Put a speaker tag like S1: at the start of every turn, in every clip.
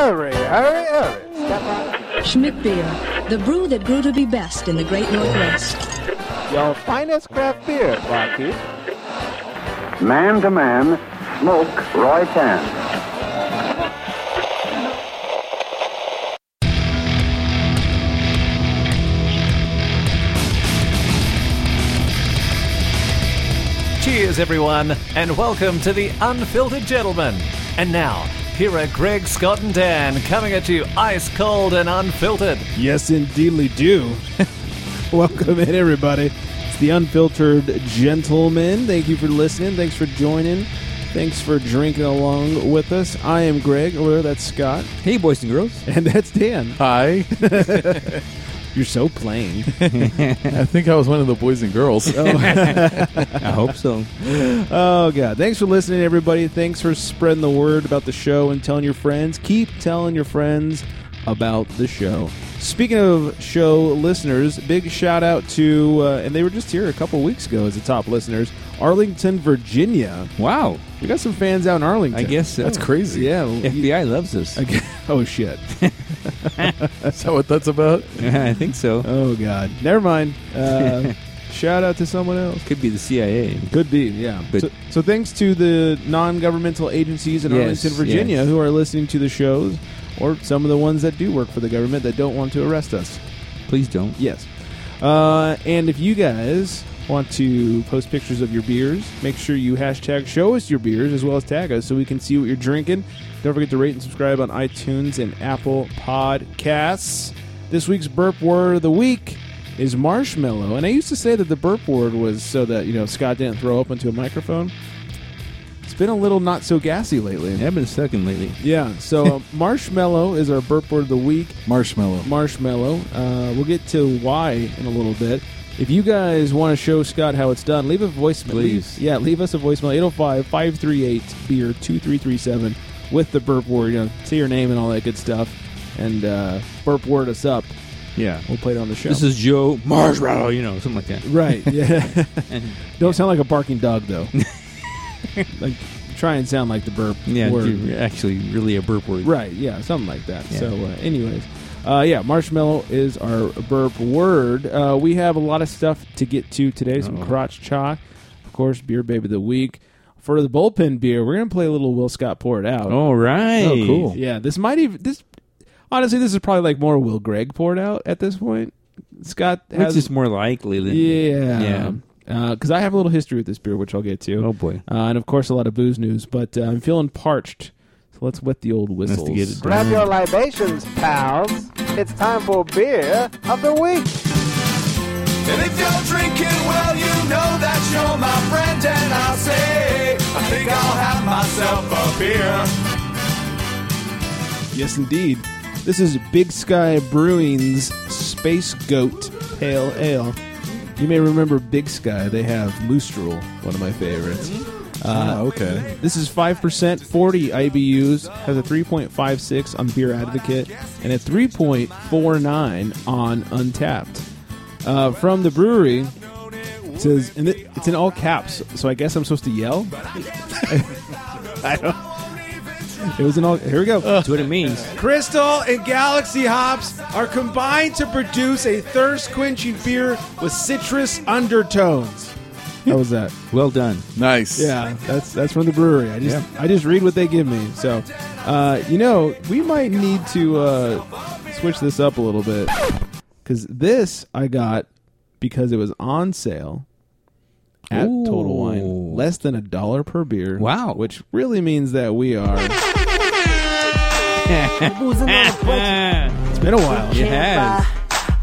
S1: Hurry, hurry.
S2: Schmidt Beer, the brew that grew to be best in the great Northwest.
S1: Your finest craft beer, barkeep.
S3: Man to man, smoke Roy Tan.
S4: Cheers, everyone, and welcome to the Unfiltered Gentleman. And now, here are Greg, Scott, and Dan coming at you ice cold and unfiltered.
S5: Yes, indeedly do. Welcome in, everybody. It's the Unfiltered Gentleman. Thank you for listening. Thanks for joining. Thanks for drinking along with us. I am Greg. Over there, that's Scott.
S6: Hey, boys and girls.
S5: And that's Dan.
S7: Hi.
S5: You're so plain.
S7: I think I was one of the boys and girls.
S6: I hope so.
S5: oh, God. Thanks for listening, everybody. Thanks for spreading the word about the show and telling your friends. Keep telling your friends about the show. Speaking of show listeners, big shout out to, uh, and they were just here a couple weeks ago as the top listeners, Arlington, Virginia.
S6: Wow.
S5: We got some fans out in Arlington.
S6: I guess so.
S7: That's crazy.
S5: Yeah. well, you-
S6: FBI loves us.
S5: I gu- oh shit.
S7: Is that what that's about?
S6: I think so.
S5: Oh god. Never mind. Uh, shout out to someone else.
S6: Could be the CIA.
S5: Could be. Yeah.
S6: But-
S5: so, so thanks to the non-governmental agencies in
S6: Yes,
S5: Arlington, Virginia,
S6: yes.
S5: who are listening to the shows, or some of the ones that do work for the government that don't want to arrest us.
S6: Please don't.
S5: Yes. Uh, and if you guys want to post pictures of your beers, make sure you hashtag show us your beers as well as tag us so we can see what you're drinking. Don't forget to rate and subscribe on iTunes and Apple Podcasts. This week's burp word of the week is marshmallow. And I used to say that the burp word was so that, you know, Scott didn't throw up into a microphone. It's been a little not so gassy lately.
S6: I've been sucking lately.
S5: Yeah, so uh, marshmallow is our burp word of the week
S7: Marshmallow.
S5: marshmallow. Uh, we'll get to why in a little bit. If you guys want to show Scott how it's done, leave a voicemail.
S6: Please.
S5: Leave- yeah, leave us a voicemail 805 538 beer 2337 with the burp word. You know, say your name and all that good stuff. And uh, burp word us up.
S6: Yeah.
S5: We'll play it on the show.
S6: This is Joe Marshmallow, you know, something like that.
S5: right. Yeah. Don't sound like a barking dog, though. like, try and sound like the burp
S6: Yeah,
S5: word.
S6: dude, actually, really a burp word.
S5: Right, yeah, something like that.
S6: Yeah.
S5: So, uh, anyways, uh, yeah, marshmallow is our burp word. Uh, we have a lot of stuff to get to today. Some crotch chalk, of course, beer baby of the week. For the bullpen beer, we're gonna play a little Will Scott pour it out.
S6: All right.
S7: Oh, cool.
S5: yeah, this might even this. Honestly, this is probably like more Will Greg pour it out at this point. Scott
S6: Which
S5: has
S6: is more likely than.
S5: yeah, yeah, because I have a little history with this beer, which I'll get to.
S6: Oh, boy.
S5: Uh, and of course, a lot of booze news. But uh, I'm feeling parched, so let's wet the old
S6: Let's
S5: whistles.
S6: to get it down.
S1: Grab your libations, pals. It's time for beer of the week.
S8: And if you're drinking, well, you know that you're my friend, and I say, I think I'll have myself a beer.
S5: Yes, indeed. This is Big Sky Brewing's Space Goat Pale Ale. You may remember Big Sky. They have Moostrel, one of my favorites. Uh,
S7: oh, okay.
S5: This is 5%, 40 IBUs, has a 3.56 on Beer Advocate, and a 3.49 on Untapped. Uh, from the brewery, it says, and it, it's in all caps, so I guess I'm supposed to yell? I don't. It was in all. Here we go.
S6: That's what it means.
S5: Crystal and Galaxy hops are combined to produce a thirst quenching beer with citrus undertones. How was that?
S6: Well done.
S7: Nice.
S5: Yeah, that's that's from the brewery. I just I just read what they give me. So, uh, you know, we might need to uh, switch this up a little bit because this I got because it was on sale at Total
S6: Ooh.
S5: Wine, less than a dollar per beer.
S6: Wow.
S5: which really means that we are. It's
S6: Ah,
S5: been a while.
S6: it has.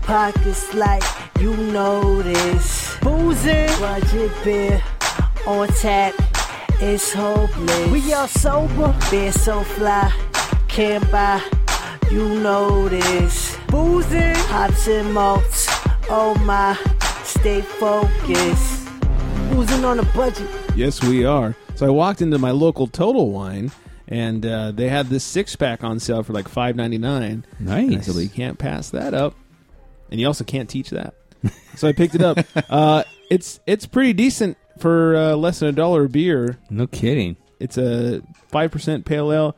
S9: Pockets like you know this. Boozing. Budget beer on tap. It's hopeless. We are sober. Beer so fly. Can't buy. You know this. Boozing. Hops and malts. Oh my. Stay focused. Boozing on a budget.
S5: Yes, we are. So I walked into my local Total Wine, and uh, they had this six pack on sale for like five ninety nine. And I
S6: Nice.
S5: said, well, you can't pass that up, and you also can't teach that. so I picked it up. Uh, it's it's pretty decent for uh, less than a dollar a beer.
S6: No kidding.
S5: It's a five percent pale ale.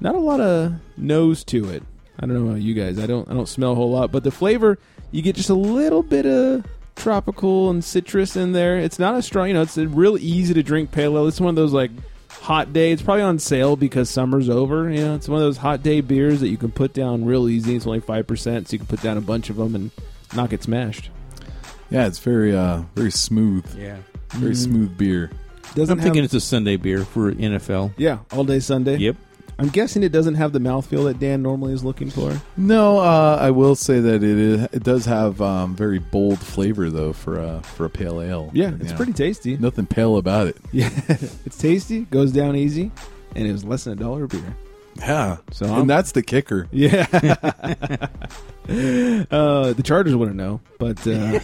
S5: not a lot of nose to it. I don't know about you guys. I don't I don't smell a whole lot, but the flavor you get just a little bit of tropical and citrus in there. It's not a strong, you know, it's a real easy to drink pale ale. It's one of those like hot day. It's probably on sale because summer's over, you know. It's one of those hot day beers that you can put down real easy. It's only 5%, so you can put down a bunch of them and not get smashed.
S7: Yeah, it's very uh very smooth.
S6: Yeah.
S7: Very
S5: Mm-hmm.
S7: smooth beer.
S5: Doesn't
S6: I'm thinking it's a Sunday beer for NFL.
S5: yeah, all day Sunday.
S6: Yep.
S5: I'm guessing it doesn't have the mouthfeel that Dan normally is looking for.
S7: No, uh, I will say that it is, it does have um, very bold flavor though for a for a pale ale.
S5: Yeah,
S7: You
S5: it's
S7: know,
S5: pretty tasty.
S7: nothing pale about it.
S5: Yeah, it's tasty, goes down easy, and it was less than a dollar a beer.
S7: Yeah.
S5: So
S7: and
S5: I'm-
S7: that's the kicker.
S5: Yeah. uh, the Chargers wouldn't know, but uh,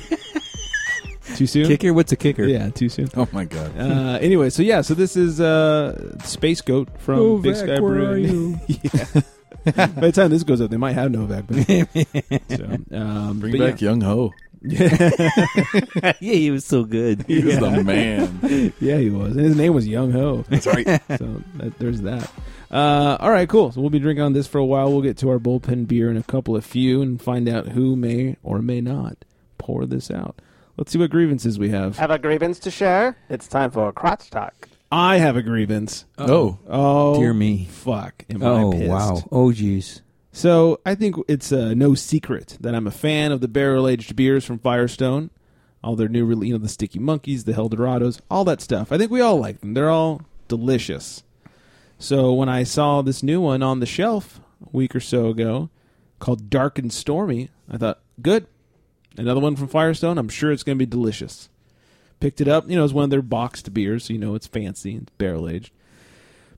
S5: too soon.
S6: Kicker? What's a kicker?
S5: Yeah, too soon.
S7: Oh my god.
S5: Uh, anyway, so yeah, so this is uh, Space Goat from
S6: Novak,
S5: Big Sky
S6: where
S5: Brewing.
S6: are you?
S5: yeah. By the time this goes up, they might have Novak. But, so, um,
S7: Bring
S5: but
S7: back Young Ho.
S6: yeah, he was so good.
S7: He was the man.
S5: Yeah, he was. And his name was Young Ho. That's right. so that, there's that. Uh, all right, cool. So we'll be drinking on this for a while. We'll get to our bullpen beer in a couple of few and find out who may or may not pour this out. Let's see what grievances we have.
S1: Have a grievance to share? It's time for crotch talk.
S5: I have a grievance.
S7: Oh.
S5: Oh,
S6: Dear me.
S5: Fuck. Am
S6: Oh,
S5: I pissed.
S6: wow. Oh, jeez.
S5: So I think it's uh, no secret that I'm a fan of the barrel aged beers from Firestone, all their new, rele- you know, the Sticky Monkeys, the Heldorados, all that stuff. I think we all like them. They're all delicious. So when I saw this new one on the shelf a week or so ago, called Dark and Stormy, I thought, good, another one from Firestone. I'm sure it's going to be delicious. Picked it up. You know, it's one of their boxed beers, so you know it's fancy. It's barrel aged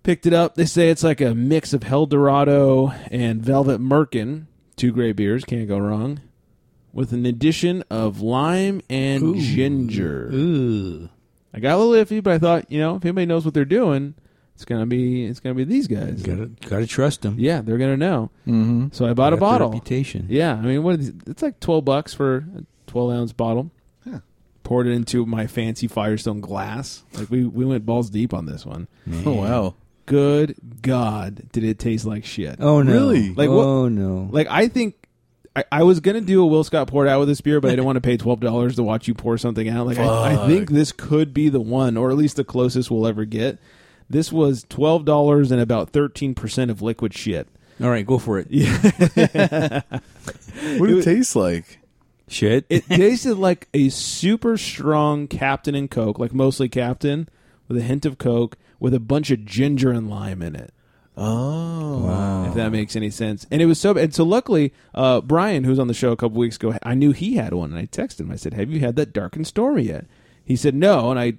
S5: picked it up. They say it's like a mix of Hel Dorado and Velvet Merkin, two great beers, can't go wrong, with an addition of lime and ginger.
S6: Ooh.
S5: I got a little iffy, but I thought, you know, if anybody knows what they're doing, it's gonna be it's gonna be these guys.
S6: Gotta, gotta trust him.
S5: Yeah, they're gonna know. Mm-hmm. So I bought a bottle.
S6: Reputation.
S5: Yeah, I mean, what are these? It's like twelve bucks for a twelve ounce bottle. Poured it into my fancy Firestone glass. Like we we went balls deep on this one.
S7: Oh wow.
S5: Good God, did it taste like shit?
S6: Oh, no.
S7: Really?
S5: Like, what-
S6: oh, no.
S5: Like I think I, I was gonna do a Will Scott poured out with this beer, but I didn't want to pay twelve dollars to watch you pour something out. Like I, I think this could be the one, or at least the closest we'll ever get. This was twelve dollars and about thirteen percent of liquid shit.
S6: All right, go for it.
S7: What did it taste like?
S6: Shit.
S5: It tasted like a super strong Captain and Coke, like mostly Captain, with a hint of Coke, with a bunch of ginger and lime in it.
S7: Oh.
S5: if that makes any sense. And it was so and so luckily, uh, Brian, who was on the show a couple weeks ago, I knew he had one, and I texted him. I said, "Have you had that dark and stormy yet?" He said, "No," and I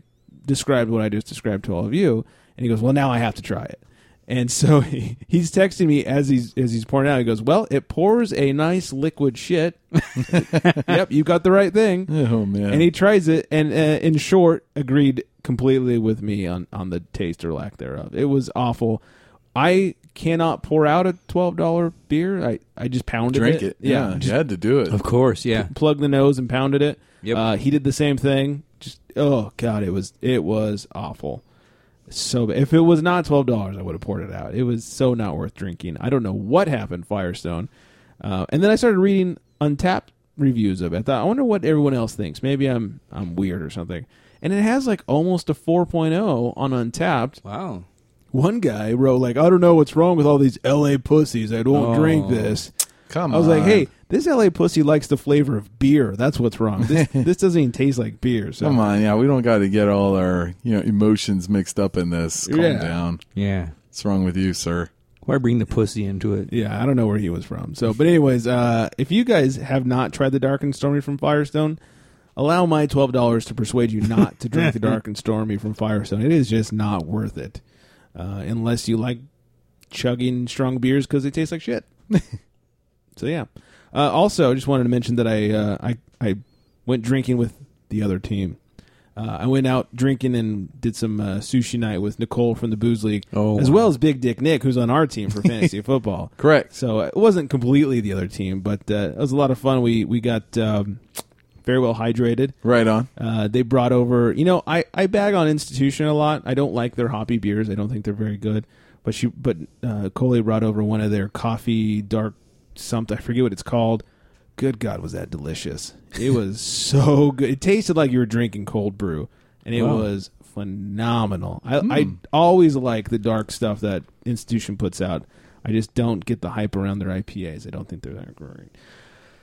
S5: described what I just described to all of you, and he goes, "Well, now I have to try it." And so he, he's texting me as he's as he's pouring it out. He goes, "Well, it pours a nice liquid shit." yep, you got the right thing.
S7: Oh man.
S5: And he tries it, and uh, in short, agreed completely with me on on the taste or lack thereof. It was awful. I cannot pour out a twelve dollar beer. I I just pounded
S7: drank it.
S5: Yeah,
S7: Yeah. You
S5: just
S7: had to do it.
S6: of course, yeah.
S5: plugged the nose and pounded it.
S6: Yep.
S5: Uh, he did the same thing. Just oh god, it was it was awful. So bad. if it was not twelve dollars, I would have poured it out. It was so not worth drinking. I don't know what happened, Firestone. Uh, and then I started reading Untapped reviews of it. I thought, I wonder what everyone else thinks. Maybe I'm I'm weird or something. And it has like almost a 4.0 on Untapped.
S6: Wow.
S5: One guy wrote like, I don't know what's wrong with all these L.A. pussies. I don't drink this.
S7: Come
S5: I was like,
S7: on.
S5: hey, this LA pussy likes the flavor of beer. That's what's wrong. This, this doesn't even taste like beer. So
S7: Come on, yeah, we don't got to get all our you know emotions mixed up in this. Calm
S5: Yeah.
S7: down.
S6: Yeah.
S7: What's wrong with you, sir?
S6: Why bring the pussy into it?
S5: Yeah, I don't know where he was from. So, but anyways, uh, if you guys have not tried the Dark and Stormy from Firestone, allow my twelve dollars to persuade you not to drink the Dark and Stormy from Firestone. It is just not worth it, uh, unless you like chugging strong beers because they taste like shit. so yeah. Uh, also, I just wanted to mention that I uh, I I went drinking with the other team. Uh, I went out drinking and did some uh, sushi night with Nicole from the Booze League,
S6: Oh,
S5: as
S6: wow.
S5: well as Big Dick Nick, who's on our team for fantasy football.
S7: Correct.
S5: uh, So it wasn't completely the other team, but uh, it was a lot of fun. We we got um, very well hydrated.
S7: Right on.
S5: Uh, they brought over, you know, I, I bag on Institution a lot. I don't like their hoppy beers. I don't think they're very good. But she, but uh, Coley brought over one of their coffee dark something. I forget what it's called. Good God, was that delicious! It was so good. It tasted like you were drinking cold brew, and it
S6: Wow. Hmm.
S5: was phenomenal. I, I always like the dark stuff that Institution puts out. I just don't get the hype around their IPAs. I don't think they're that great.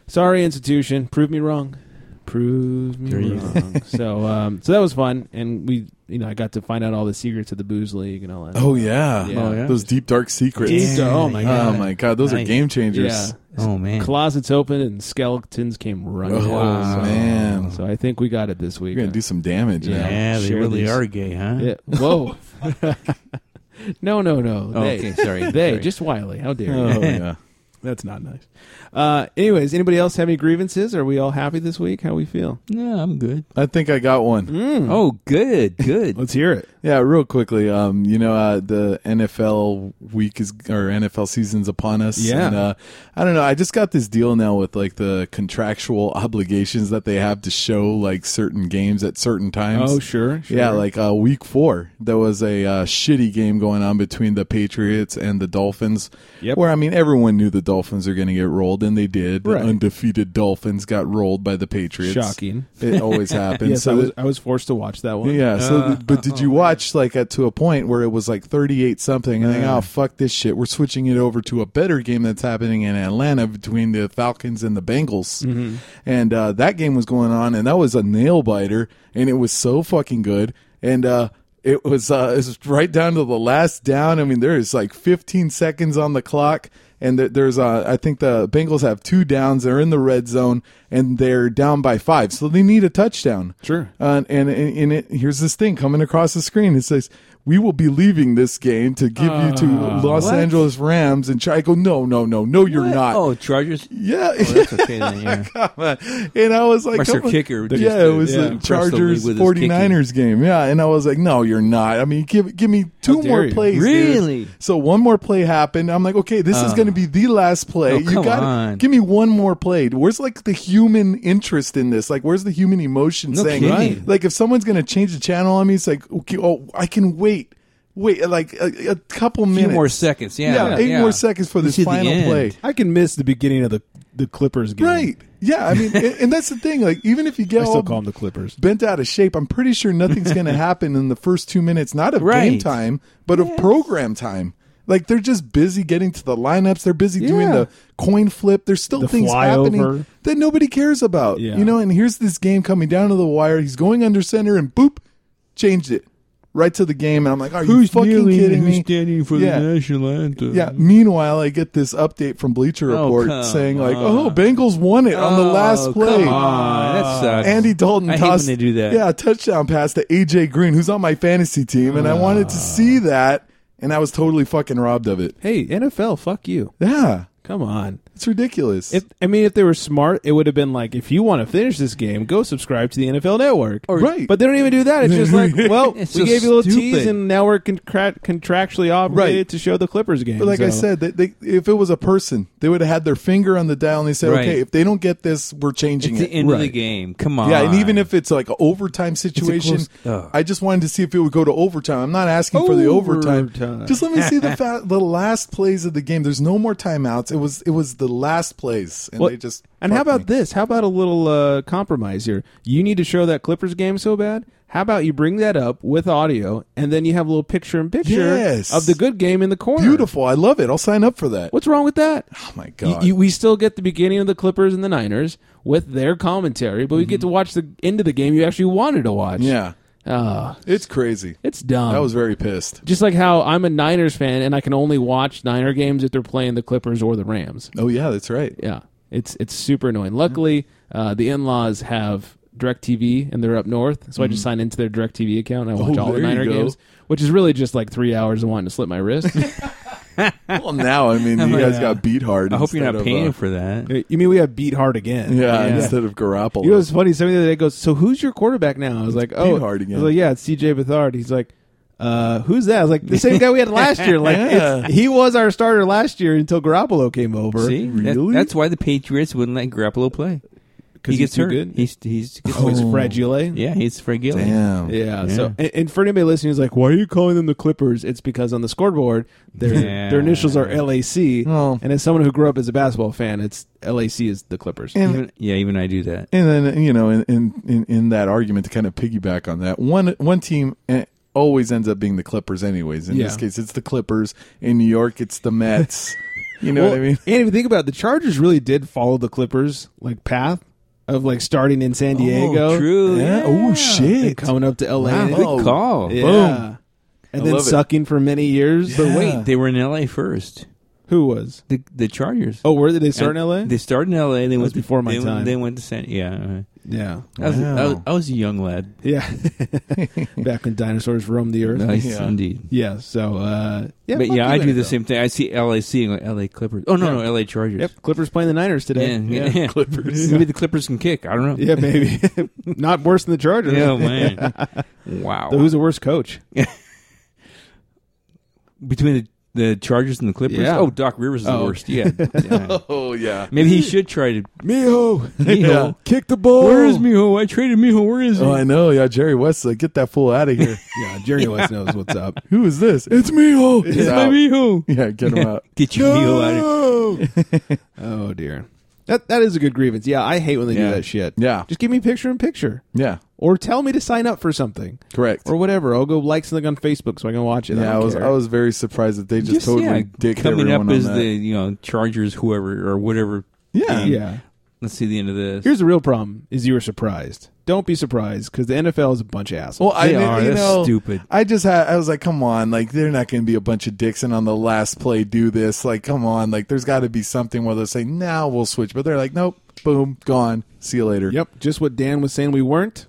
S5: Sorry, institution. Prove me wrong. Prove me
S6: you
S5: wrong. so, um, so that was fun, and we, you know, I got to find out all the secrets of the booze league and all that.
S7: Oh yeah.
S5: Yeah. Oh, yeah.
S7: Those deep dark secrets.
S5: Deep dark- oh, my
S7: Oh
S5: God.
S7: my god, those are
S6: Nice.
S7: game changers.
S5: yeah.
S6: Oh man.
S5: Closets open and skeletons came running.
S7: Oh,
S5: out. So-
S7: man.
S5: Oh, So I think we got it this week.
S7: You're gonna do some damage
S5: Yeah.
S7: now.
S6: yeah, they
S5: Share
S6: really
S5: these.
S6: are gay, huh?
S5: Yeah. Whoa. no, no, no.
S6: Oh,
S5: they,
S6: okay, sorry.
S5: They
S6: sorry.
S5: just Wiley. How dare you?
S7: Oh yeah.
S5: That's not nice. Uh, anyways, anybody else have any grievances? Are we all happy this week? How we feel?
S6: No, I'm good.
S7: I think I got
S5: Mm.
S7: one.
S6: Oh, good, good.
S5: Let's hear it.
S7: Yeah, real quickly. Um, you know, uh, the NFL week is or NFL season's upon us.
S5: Yeah.
S7: And, uh, I don't know. I just got this deal now with like the contractual obligations that they have to show like certain games at certain times.
S5: Oh, sure, sure.
S7: Yeah, like uh, week four, there was a uh, shitty game going on between the Patriots and the Dolphins.
S5: Yep.
S7: Where I mean, everyone knew the Dolphins are going to get rolled, and they did.
S5: Right.
S7: The undefeated Dolphins got rolled by the Patriots.
S5: Shocking.
S7: It always happens.
S5: Yes,
S7: So
S5: I was
S7: that-
S5: I was forced to watch that one.
S7: yeah. So, th- but did you watch like at to a point where it was like thirty-eight something, and think, oh fuck this shit, we're switching it over to a better game that's happening in Atlanta between the Falcons and the Bengals, and uh, that game was going on, and that was a nail biter, and it was so fucking good, and uh, it was uh, it was right down to the last down. I mean, there is like fifteen seconds on the clock. And there- there's, uh, I think the Bengals have two downs. They're in the red zone and they're down by five. So they need a touchdown.
S5: Sure.
S7: Uh, and and, and it, here's this thing coming across the screen. It says, "We will be leaving this game to give you to Los
S6: Uh, what?
S7: Angeles Rams." And I go, "No, no, no, no, you're
S6: What?
S7: not."
S6: Oh, Chargers.
S7: Yeah,
S6: Oh, that's okay then. Yeah.
S7: and I was like,
S6: Unless their
S7: come on.
S6: kicker just,
S7: yeah, it
S6: uh,
S7: was
S6: yeah,
S7: the
S6: impressed the league
S7: Chargers
S6: with his
S7: 49ers game. Yeah, and I was like, no, you're not. I mean, give give me two
S5: dare
S7: more
S5: you.
S7: plays. dude.
S6: Really?
S7: So one more play happened. I'm like, okay, this is going to be the last play.
S6: Uh. Oh,
S7: you
S6: come
S7: got to
S6: on.
S7: give me one more play. Where's like the human interest in this? Like, where's the human emotion
S6: No
S7: saying,
S6: kidding. Right.
S7: like, if someone's going to change the channel on me, it's like, okay, oh, I can wait. Wait, like a, a couple
S6: Few
S7: minutes.
S6: more seconds. Yeah.
S7: Yeah, eight more seconds for
S6: You
S7: this
S6: see the
S7: final
S6: end.
S7: play.
S5: I can miss the beginning of the the Clippers game.
S7: Right. Yeah. I mean, and, and that's the thing. Like, even if you
S5: I
S7: get
S5: still
S7: all
S5: call them the Clippers.
S7: bent out of shape, I'm pretty sure nothing's going to happen in the first two minutes, not of game
S6: Right.
S7: time, but of program time. Like, they're just busy getting to the lineups. They're busy doing
S5: Yeah.
S7: the coin flip. There's still
S5: The
S7: things
S5: flyover.
S7: happening that nobody cares about.
S5: Yeah.
S7: You know, and here's this game coming down to the wire. He's going under center and boop, changed it right to the game. And I'm like, are you fucking kidding me?
S6: standing for
S7: the Yeah.
S6: national anthem?
S7: Yeah. Meanwhile, I get this update from Bleacher
S6: Oh,
S7: Report
S6: come
S7: saying like,
S6: on.
S7: "Oh, Bengals won it on the last
S6: Oh,
S7: play."
S6: Come on. That sucks.
S7: Andy Dalton
S6: I hate
S7: tossed
S6: when they do that.
S7: Yeah, a touchdown pass to AJ Green, who's on my fantasy team, and I
S6: Ah.
S7: wanted to see that, and I was totally fucking robbed of it.
S5: Hey, NFL, fuck you.
S7: Yeah,
S5: Come on.
S7: it's ridiculous.
S5: If I mean, if they were smart, it would have been like, if you want to finish this game, go subscribe to the NFL Network.
S7: Right.
S5: But they don't even do that. It's just like, well,
S6: It's
S5: we
S6: just
S5: gave you a little
S6: stupid.
S5: tease, and now we're contra- contractually obligated
S7: Right.
S5: to show the Clippers game.
S7: but like I
S5: so-
S7: said, they, they, if it was a person, they would have had their finger on the dial and they said,
S6: Right.
S7: "Okay, if they don't get this, we're changing
S6: It's
S7: it."
S6: the end of the
S5: Right.
S6: game. Come on.
S7: Yeah, and even if it's like an overtime situation,
S6: close- Ugh.
S7: I just wanted to see if it would go to overtime. I'm not asking for the overtime.
S5: Overtime.
S7: Just let me see the fa- the last plays of the game. There's no more timeouts. It was it was the last plays, and
S5: Well,
S7: they just
S5: and how
S7: fucked
S5: about
S7: me.
S5: this? How about a little uh, compromise here? You need to show that Clippers game so bad. How about you bring that up with audio, and then you have a little picture in picture
S7: Yes.
S5: of the good game in the corner.
S7: Beautiful. I love it. I'll sign up for that.
S5: What's wrong with that?
S7: Oh my
S5: You-
S7: god.
S5: you- we still get the beginning of the Clippers and the Niners with their commentary, but we get to watch the end of the game you actually wanted to watch.
S7: Mhm. yeah,
S5: Ah,
S7: it's crazy.
S5: it's dumb.
S7: I was very pissed.
S5: just like how I'm a Niners fan and I can only watch Niner games if they're playing the Clippers or the Rams.
S7: Oh yeah, that's right.
S5: Yeah, it's it's super annoying. Luckily, uh, the in-laws have DirecTV and they're up north, so I just sign into their DirecTV account and I watch
S7: Mm-hmm. Oh,
S5: all the
S7: there you
S5: Niner
S7: go.
S5: games, which is really just like three hours of wanting to slip my wrist.
S7: Well, now I mean, you
S6: Yeah.
S7: guys got beat hard.
S6: I hope you're
S7: instead
S6: not
S7: of,
S6: paying
S7: uh,
S6: for that.
S5: you mean we have beat hard again?
S7: Yeah, instead of Garoppolo.
S5: You know what's funny? Somebody the other day goes, "So who's your quarterback now?" I was like, "Oh,
S7: Hard again.
S5: I was like, "Yeah, it's C.J. Beathard." He's like, uh, "Who's that?" I was like, "The same guy we had last year. Like, it's, he was our starter last year until Garoppolo came over."
S6: See, That-
S7: Really?
S6: that's why the Patriots wouldn't let Garoppolo play.
S5: because
S6: he
S5: he's
S6: gets
S5: too
S6: hurt.
S5: good.
S6: He's he's gets
S5: oh, he's
S6: hurt.
S5: fragile.
S6: Yeah, he's fragile.
S7: Damn.
S5: Yeah,
S6: Yeah.
S5: So, and, and for anybody listening, who's like, "Why are you calling them the Clippers?" It's because on the scoreboard, their
S6: Yeah.
S5: their initials are LAC,
S7: Oh.
S5: and as someone who grew up as a basketball fan, it's LAC is the Clippers.
S7: And-
S6: Even, yeah, even I do that.
S7: And then you know, in in, in, in that argument to kind of piggyback on that, one one team eh, always ends up being the Clippers, anyways. In
S5: Yeah.
S7: this case, it's the Clippers. In New York, it's the Mets. you know
S5: Well,
S7: what I mean?
S5: And if you think about it, the Chargers really did follow the Clippers like path of like starting in San Diego,
S6: Oh, true.
S7: Yeah. Oh
S5: and
S7: shit.
S5: coming up to LA,
S7: Wow.
S5: and-
S7: Good Oh,
S6: Call.
S5: yeah.
S7: boom.
S5: and
S7: I
S5: then
S7: love it.
S5: sucking for many years.
S7: Yeah.
S5: But wait,
S6: They were in L.A. first.
S5: who was?
S6: The the Chargers.
S5: Oh, where did they start in
S6: And
S5: LA?
S6: They started in L.A. They went to-
S5: before my
S6: they, went-
S5: time.
S6: They went to San. Yeah, uh,
S5: yeah,
S6: I was, I, was,
S7: Wow.
S6: I was a young lad.
S5: yeah. Back when dinosaurs roamed the earth.
S6: Nice
S7: Yeah.
S6: indeed.
S5: Yeah. So, uh, yeah,
S6: but
S5: fuck
S6: yeah,
S5: you,
S6: I do the
S5: NFL.
S6: same thing. I see LA seeing like LA Clippers. Oh no,
S5: Yeah.
S6: no, LA Chargers.
S5: Yep, Clippers playing the Niners today.
S6: Yeah, yeah, Clippers. Maybe the Clippers can kick. I don't know.
S5: Yeah, maybe not worse than the Chargers.
S6: Yeah, man. wow.
S5: So who's the worst coach?
S6: Between the, the Chargers and the Clippers.
S5: Yeah.
S6: Oh, Doc Rivers is the
S5: Oh.
S6: worst. Yeah. Yeah.
S7: Oh yeah.
S6: Maybe he should try to.
S5: Miho.
S6: Miho.
S7: Kick the ball.
S6: Where is Miho? I traded Miho. Where is he?
S7: Oh, I know. Yeah, Jerry West. Like, get that fool out of here.
S5: Yeah, Jerry West knows what's up.
S7: Who is this? It's Miho. He's
S6: It's my
S7: out.
S6: Miho.
S7: Yeah, get him out.
S6: Get your Miho out of here.
S5: Oh dear, that that is a good grievance. Yeah, I hate when they
S6: Yeah.
S5: do that shit.
S7: Yeah.
S5: just give me picture in picture,
S7: Yeah,
S5: or tell me to sign up for something,
S7: correct.
S5: or whatever. I'll go like something on Facebook so I can watch it.
S7: yeah, I,
S5: don't
S7: was
S5: care.
S7: I was very surprised that they just,
S6: Just,
S7: totally
S6: yeah,
S7: dicked
S6: coming
S7: everyone
S6: up
S7: on
S6: as
S7: that.
S6: the you know Chargers, whoever or whatever.
S7: yeah,
S5: yeah.
S6: Let's see the end of this.
S5: Here's the real problem: is you were surprised. Don't be surprised because the NFL is a bunch of assholes.
S7: Well, I
S6: They
S7: didn't-
S6: are.
S7: you
S6: That's
S7: know,
S6: stupid.
S7: I just had I was like, come on, like they're not going to be a bunch of dicks and on the last play do this. Like, come on, like there's got to be something where they're saying now we'll switch, but they're like, nope, boom, gone, see you later.
S5: Yep, just what Dan was saying. We weren't.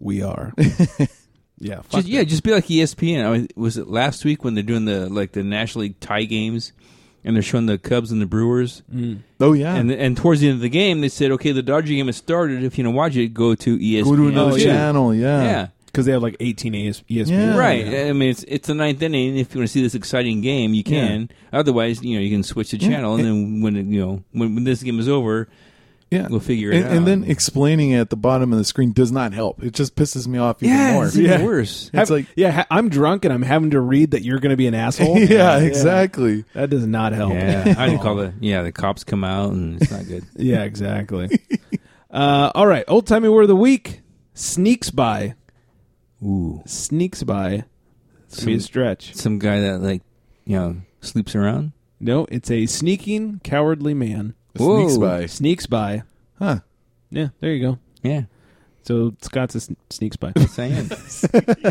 S5: We are. yeah. fuck
S6: Just, yeah, just be like E ESPN. I was, was it last week when they're doing the like the National League tie games, and they're showing the Cubs and the Brewers,
S7: Oh yeah.
S6: and and towards the end of the game they said, okay, the Dodger game has started. If you don't watch it, go to E ESPN.
S7: Go to another
S5: Oh, yeah.
S7: channel. Yeah.
S6: Yeah,
S5: because they have like 18 AS- ESPN.
S7: Yeah.
S6: right. I mean, it's it's the ninth inning. If you want to see this exciting game, you can. Otherwise, you know, you can switch the channel, and then when it, you know when, when this game is over,
S7: Yeah.
S6: We'll figure it
S7: and, And
S6: out.
S7: then explaining it at the bottom of the screen does not help. It just pisses me off even
S6: yeah,
S7: more.
S6: it's even worse.
S7: It's like
S5: yeah, ha- I'm drunk and I'm having to read that you're going to be an asshole.
S7: yeah, exactly.
S5: That does not help.
S6: Yeah, I didn't call the yeah the cops come out, and it's not good.
S5: Yeah, exactly. uh, all right, old timey word of the week sneaks by.
S6: Ooh,
S5: Sneaks by. It's gonna be a stretch.
S6: some guy that like you know sleeps around.
S5: No, it's a sneaking, cowardly man.
S7: Sneaks
S6: Whoa.
S7: by.
S5: Sneaks by.
S7: Huh.
S5: Yeah, there you go.
S6: Yeah,
S5: So Scott's a sn- sneaks by.
S6: saying.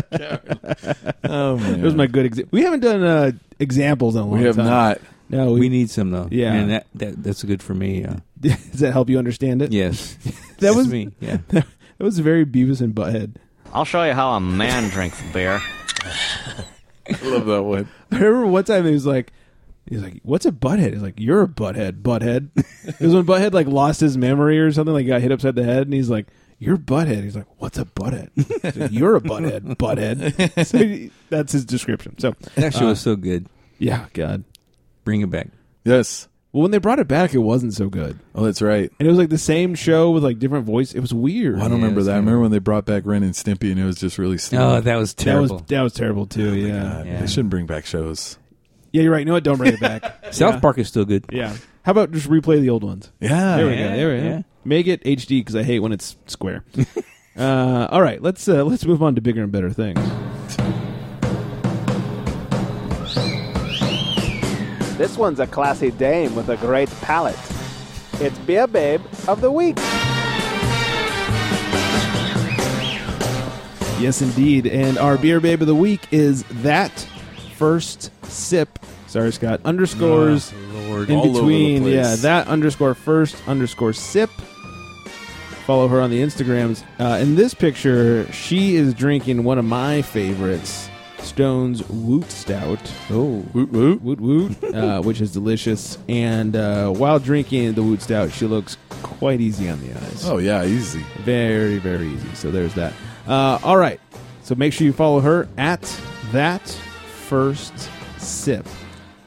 S7: Oh man.
S5: Those are my good examples. We haven't done uh, examples in a long
S7: we have
S5: time.
S7: not.
S5: No, we,
S6: we need some though.
S5: Yeah.
S6: and that, that that's good for me. Yeah.
S5: does that help you understand it?
S6: Yes,
S5: that was
S6: me. Yeah,
S5: that was very Beavis and Butthead.
S10: I'll show you how a man drinks beer.
S7: I love that one.
S5: I remember one time he was like, he's like, "What's a butthead?" He's like, "You're a butthead, butthead." it was when butthead like lost his memory or something, like got hit upside the head, and he's like, "You're butthead." He's like, "What's a butthead?" He's like, You're a butthead, butthead. so he- that's his description. So
S6: that show was so good.
S5: yeah, God.
S6: Bring it back.
S7: Yes.
S5: Well, when they brought it back, it wasn't so good,
S7: Oh, that's right.
S5: and it was like the same show with like different voice. It was weird.
S7: I don't
S6: Yeah,
S7: remember
S6: it's
S7: that. I
S6: kind of-
S7: remember when they brought back Ren and Stimpy, and it was just really slow.
S6: Oh, that was
S5: that was
S6: terrible.
S5: that was terrible too. yeah,
S7: God,
S6: yeah.
S7: They shouldn't bring back shows.
S5: yeah, you're right. No, don't bring it back.
S6: South
S5: Yeah.
S6: Park is still good.
S5: yeah. How about just replay the old ones?
S7: Yeah,
S5: There we
S6: Yeah,
S5: go. There we go.
S6: yeah.
S5: Make it HD because I hate when it's square. uh, all right, let's uh, let's move on to bigger and better things.
S1: This one's a classy dame with a great palate. It's Beer Babe of the Week.
S5: Yes, indeed. And our beer babe of the week is that first sip. Sorry, Scott. Underscores in
S7: Ah, All over the
S5: between.
S7: place.
S5: Yeah, that underscore first underscore sip. Follow her on the Instagrams. Uh, in this picture, she is drinking one of my favorites, Stone's Woot Stout.
S6: Oh,
S7: Woot woot.
S5: Woot Woot, uh, which is delicious. And uh, while drinking the Woot Stout, she looks quite easy on the eyes.
S7: Oh yeah, easy.
S5: Very, very easy. So there's that. Uh, all right. So make sure you follow her at that first sip.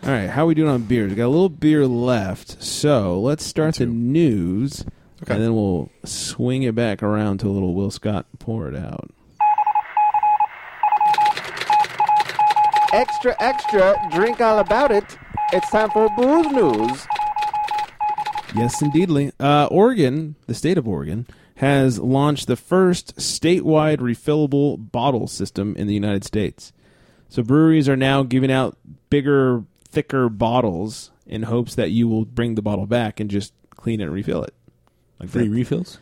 S5: All right. How we doing on beers? We got a little beer left. So let's start the news and then we'll swing it back around to a little Will Scott pour it out.
S1: Extra, extra, drink all about it. It's time for booze news.
S5: Yes, indeedly. Uh, Oregon, the state of Oregon, has launched the first statewide refillable bottle system in the United States. So breweries are now giving out bigger, thicker bottles in hopes that you will bring the bottle back and just clean it and refill it. Like
S6: Free
S5: that.
S6: refills?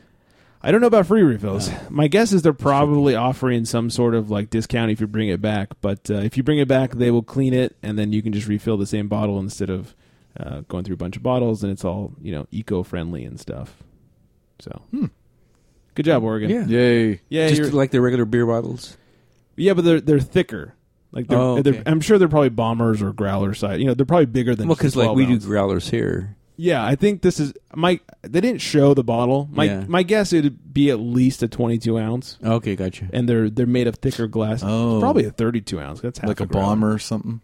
S5: I don't know about free refills. My guess is they're probably offering some sort of like discount if you bring it back. But uh, if you bring it back, they will clean it, and then you can just refill the same bottle instead of uh, going through a bunch of bottles, and it's all you know eco friendly and stuff. So, good job, Oregon.
S6: Hmm. Yeah.
S7: Yay.
S5: yeah,
S6: Just
S5: you're-
S6: like the regular beer bottles.
S5: yeah, but they're they're thicker. Like they're,
S6: Oh,
S5: they're
S6: okay.
S5: I'm sure they're probably bombers or growler size. You know, they're probably bigger than
S6: Well,
S5: because
S6: because like we do growlers here.
S5: Yeah, I think this is my. They didn't show the bottle. My
S6: Yeah.
S5: my guess it'd be at least a 22 ounce.
S6: Okay, gotcha.
S5: and they're they're made of thicker glass.
S7: Oh.
S5: It's probably a 32 ounce. That's half
S7: like a
S5: gram.
S7: bomber or something.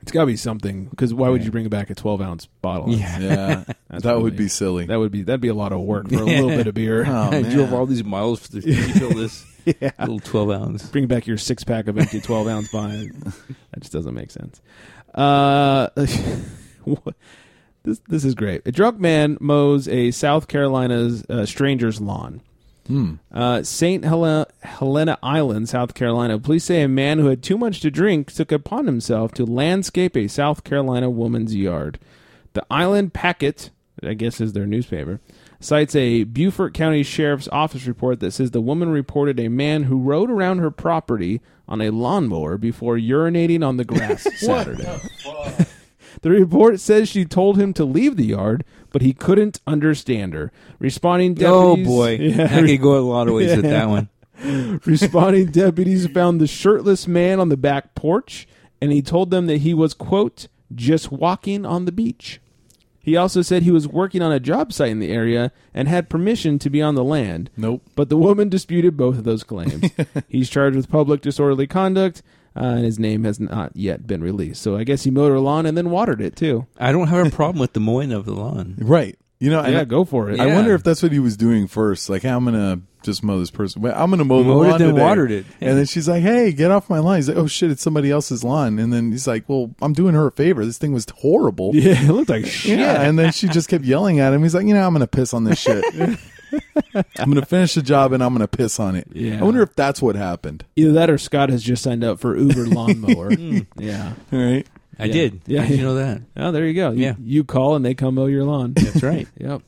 S5: It's got to be something because why would you bring back a 12 ounce bottle?
S6: Yeah.
S7: Yeah,
S5: That's
S7: that would
S5: really-
S7: be silly.
S5: that would be that'd be a lot of work for a little bit of beer.
S7: Oh,
S6: I drove
S7: man.
S6: all these miles for the refill this little twelve ounce.
S5: Bring back your six pack of empty 12 ounce bottles. That just doesn't make sense. Uh, what- this this is great. A drunk man mows a South Carolina's uh, stranger's lawn. Uh, St. Helena, Helena Island, South Carolina. Police say a man who had too much to drink took upon himself to landscape a South Carolina woman's yard. The Island Packet, I guess is their newspaper, cites a Beaufort County Sheriff's Office report that says the woman reported a man who rode around her property on a lawnmower before urinating on the grass Saturday. The report says she told him to leave the yard, but he couldn't understand her. Responding
S6: Oh
S5: deputies,
S6: boy,
S5: Yeah.
S6: I could go a lot of ways with that one.
S5: Responding deputies found the shirtless man on the back porch, and he told them that he was, quote, just walking on the beach. He also said he was working on a job site in the area and had permission to be on the land.
S7: Nope.
S5: But the woman disputed both of those claims. He's charged with public disorderly conduct, uh, and his name has not yet been released. So I guess he mowed her lawn and then watered it, too.
S6: I don't have a problem with the mowing of the lawn.
S7: Right. You know, and
S5: Yeah,
S7: I-
S5: go for it.
S7: I
S6: Yeah.
S7: wonder if that's what he was doing first. Like, hey, I'm gonna just mow this person. Well, I'm gonna mow the
S6: Mowed it,
S7: lawn
S6: then
S7: today.
S6: watered it.
S7: And then she's like, "Hey, get off my lawn." He's like, "Oh shit, it's somebody else's lawn." And then he's like, "Well, I'm doing her a favor. This thing was horrible."
S5: Yeah, it looked like shit.
S7: Yeah, and then she just kept yelling at him. He's like, "You know, I'm gonna piss on this shit. I'm gonna finish the job and I'm gonna piss on it."
S5: Yeah.
S7: I wonder if that's what happened.
S5: Either that or Scott has just signed up for Uber lawnmower.
S7: Hmm.
S5: yeah.
S7: All right.
S6: I did.
S5: Yeah.
S6: Yeah, did you know that?
S5: Oh, there you go. You,
S6: Yeah.
S5: you call and they come mow your lawn.
S6: That's right.
S5: yep.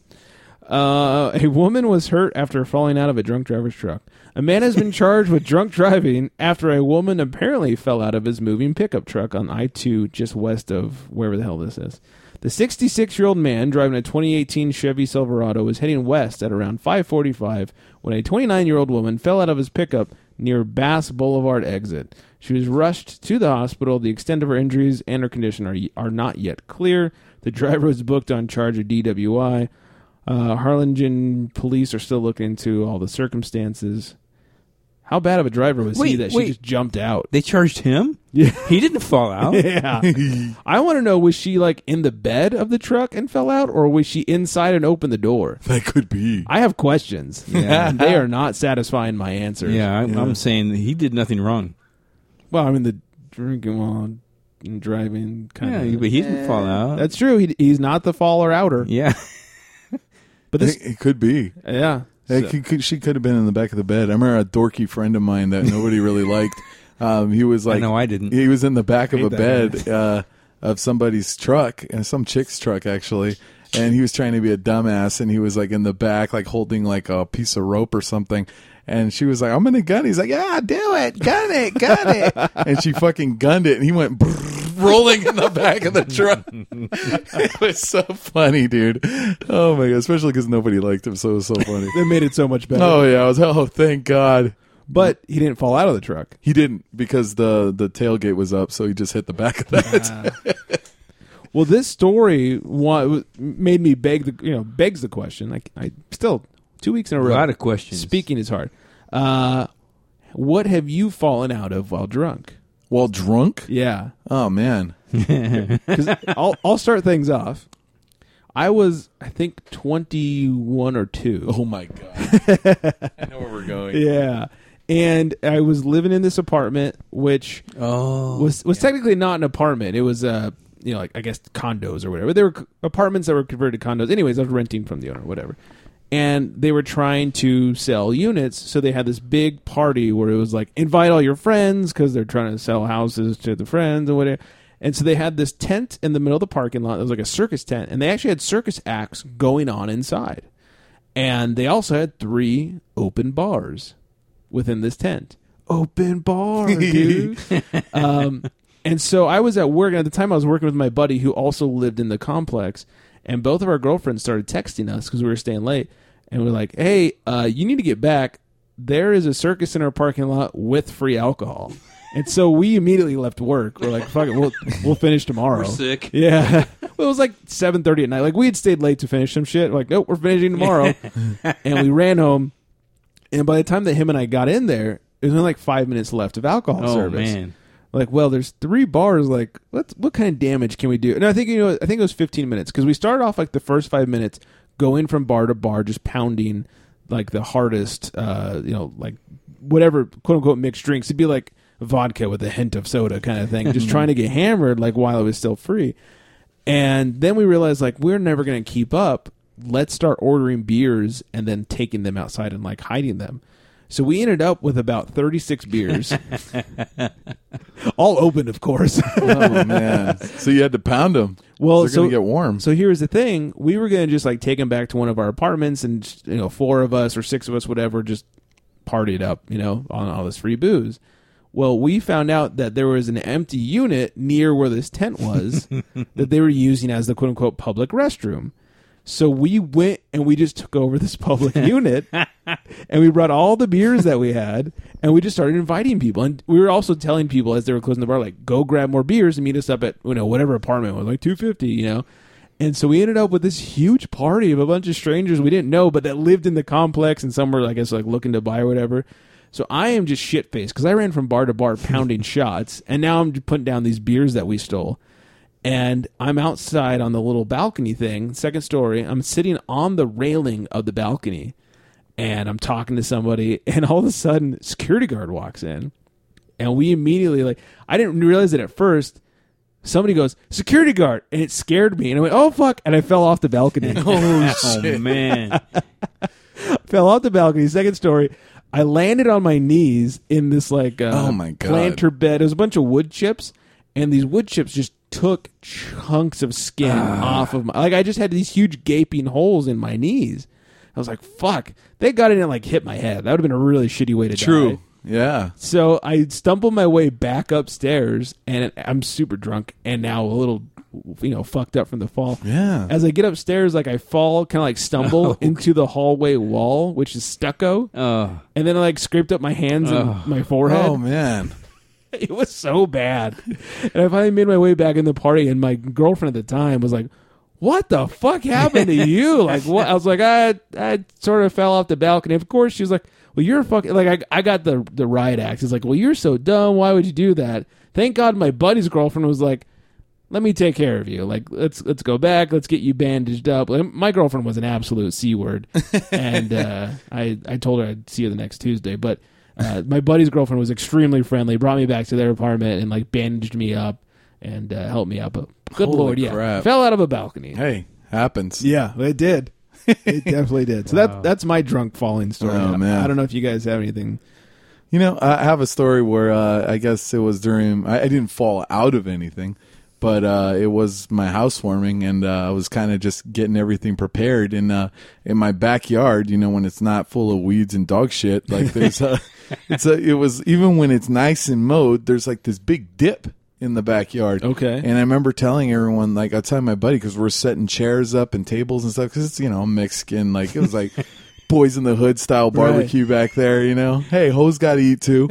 S5: Uh, a woman was hurt after falling out of a drunk driver's truck. A man has been charged with drunk driving after a woman apparently fell out of his moving pickup truck on I 2 just west of wherever the hell this is. The 66 year old man driving a 2018 Chevy Silverado was heading west at around 545 when a 29 year old woman fell out of his pickup near Bass Boulevard exit. She was rushed to the hospital. The extent of her injuries and her condition are, are not yet clear. The driver was booked on charge of DWI. Uh, Harlingen police are still looking into all the circumstances. How bad of a driver was he
S6: Wait,
S5: that she
S6: wait.
S5: just jumped out?
S6: They charged him. Yeah, he didn't fall out.
S5: Yeah. I want to know was she like in the bed of the truck and fell out, or was she inside and opened the door?
S7: That could be.
S5: I have questions. Yeah. they are not satisfying my answers.
S6: Yeah, I'm, I'm saying he did nothing wrong.
S5: Well, I mean, the drinking while and driving kind
S6: Yeah,
S5: of.
S6: but he didn't fall out.
S5: That's true. He, he's not the faller outer.
S6: yeah.
S5: But this.
S7: It, it could be.
S5: Yeah.
S7: Hey,
S5: So-
S7: could, could- she could have been in the back of the bed. I remember a dorky friend of mine that nobody really liked. Um, he was like,
S6: know I didn't.
S7: He was in the back of a
S5: Hate that
S7: bed uh, of somebody's truck, and some chick's truck actually. And he was trying to be a dumbass, and he was like in the back, like holding like a piece of rope or something. And she was like, "I'm gonna gun." it." He's like, "Yeah, do it, gun it, gun it." and she fucking gunned it, and he went rolling in the back of the truck. it was so funny, dude. Oh my god, especially because nobody liked him, so it was so funny.
S5: That made it so much better.
S7: Oh yeah, I was. Oh, thank God.
S5: But he didn't fall out of the truck.
S7: He didn't because the the tailgate was up, so he just hit the back of that.
S5: Well, this story wa- made me beg the you know begs the question. Like I still two weeks in a row.
S6: A lot of questions.
S5: Speaking is hard. Uh, what have you fallen out of while drunk?
S7: While drunk?
S5: Yeah,
S7: Oh man.
S5: because I'll I'll start things off. I was, I think, 21 or 2.
S7: Oh, my God. I know where we're going.
S5: Yeah. And I was living in this apartment, which was was technically not an apartment. It was, uh, you know, like I guess condos or whatever. They were c- apartments that were converted to condos. Anyways, I was renting from the owner, whatever. And they were trying to sell units, so they had this big party where it was like invite all your friends because they're trying to sell houses to the friends and whatever. And so they had this tent in the middle of the parking lot. It was like a circus tent, and they actually had circus acts going on inside. And they also had three open bars within this tent. Open bar, dude. um, and so I was at work, and at the time I was working with my buddy who also lived in the complex, and both of our girlfriends started texting us because we were staying late, and we are like, "Hey, uh, you need to get back. There is a circus in our parking lot with free alcohol." And so we immediately left work. We're like, "Fuck it, we'll we'll finish tomorrow."
S6: We're sick.
S5: Yeah. Well, it was like seven thirty at night. Like we had stayed late to finish some shit. We're like, nope, we're finishing tomorrow. and we ran home. And by the time that him and I got in there, it was only like five minutes left of alcohol
S6: Oh,
S5: service.
S6: man.
S5: Like, well, there's three bars. Like, what what kind of damage can we do? And I think you know, I think it was 15 minutes because we started off like the first five minutes going from bar to bar, just pounding like the hardest, uh, you know, like whatever quote unquote mixed drinks. It'd be like vodka with a hint of soda kind of thing, just trying to get hammered like while it was still free. And then we realized like we're never going to keep up. Let's start ordering beers and then taking them outside and like hiding them. So we ended up with about 36 beers. All open, of course.
S7: Oh, man. So you had to pound them.
S5: Well,
S7: they're
S5: so
S7: going to get warm.
S5: So here's the thing: we were going to just like take him back to one of our apartments, and you know, four of us or six of us, whatever, just partied up, you know, on all this free booze. Well, we found out that there was an empty unit near where this tent was that they were using as the quote unquote public restroom. So we went and we just took over this public unit and we brought all the beers that we had and we just started inviting people. And we were also telling people as they were closing the bar, like, go grab more beers and meet us up at, you know, whatever apartment was like 250, you know? And so we ended up with this huge party of a bunch of strangers we didn't know, but that lived in the complex and some were, I guess, like looking to buy or whatever. So I am just shit faced because I ran from bar to bar pounding shots and now I'm putting down these beers that we stole and I'm outside on the little balcony thing, second story. I'm sitting on the railing of the balcony and I'm talking to somebody and all of a sudden security guard walks in and we immediately like I didn't realize it at first. Somebody goes, security guard, and it scared me and I went, Oh fuck and I fell off the balcony.
S7: Oh,
S6: Oh
S7: shit.
S6: man,
S5: fell off the balcony, second story. I landed on my knees in this like uh,
S7: Oh, my God.
S5: planter bed. It was a bunch of wood chips, and these wood chips just took chunks of skin
S7: Ah.
S5: off of my. Like I just had these huge gaping holes in my knees. I was like, "Fuck!" They got in and like hit my head. That would have been a really shitty way to die.
S7: True. Yeah.
S5: So I stumbled my way back upstairs, and I'm super drunk and now a little, you know, fucked up from the fall.
S7: Yeah.
S5: As I get upstairs, like I fall, kind of like stumble into the hallway wall, which is stucco,
S6: oh,
S5: and then I like scraped up my hands and my forehead.
S7: Oh, man.
S5: It was so bad. And I finally made my way back in the party, and my girlfriend at the time was like, "What the fuck happened to you?" Like, what? I was like, "I, I sort of fell off the balcony." Of course, she was like, "Well, you're fucking like I, I got the the riot act." It's like, "Well, you're so dumb. Why would you do that?" Thank God my buddy's girlfriend was like. Let me take care of you. Like let's let's go back. Let's get you bandaged up. Like, My girlfriend was an absolute c word, and uh, I I told her I'd see her the next Tuesday. But uh, my buddy's girlfriend was extremely friendly. Brought me back to their apartment and like bandaged me up and uh, helped me up. But good
S7: Holy
S5: lord, yeah,
S7: crap.
S5: fell out of a balcony.
S7: Hey, happens.
S5: Yeah, it did. It definitely did. So that that's my drunk falling story.
S7: Oh, man.
S5: I don't know if you guys have anything.
S7: You know, I I have a story where uh, I guess it was during. I, I didn't fall out of anything, but uh, it was my housewarming, and uh, I was kind of just getting everything prepared. And uh, in my backyard, you know, when it's not full of weeds and dog shit, like there's a, it's a, it was even when it's nice and mowed, there's like this big dip in the backyard.
S5: Okay.
S7: And I remember telling everyone, like, I telling my buddy because we're setting chairs up and tables and stuff because it's you know Mexican, like it was like. Boys in the Hood style barbecue back there, you know. Hey, hoes got to eat too,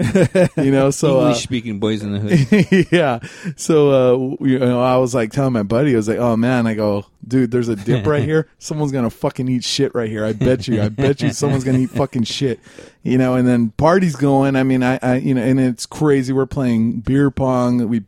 S7: you know. So uh,
S6: English speaking boys in the hood.
S7: yeah. So uh, w- you know, I was like telling my buddy, I was like, "Oh man," I go, "Dude, there's a dip right here. Someone's gonna fucking eat shit right here. I bet you. I bet you someone's gonna eat fucking shit." You know. And then party's going. I mean, I, I you know, and it's crazy. We're playing beer pong. We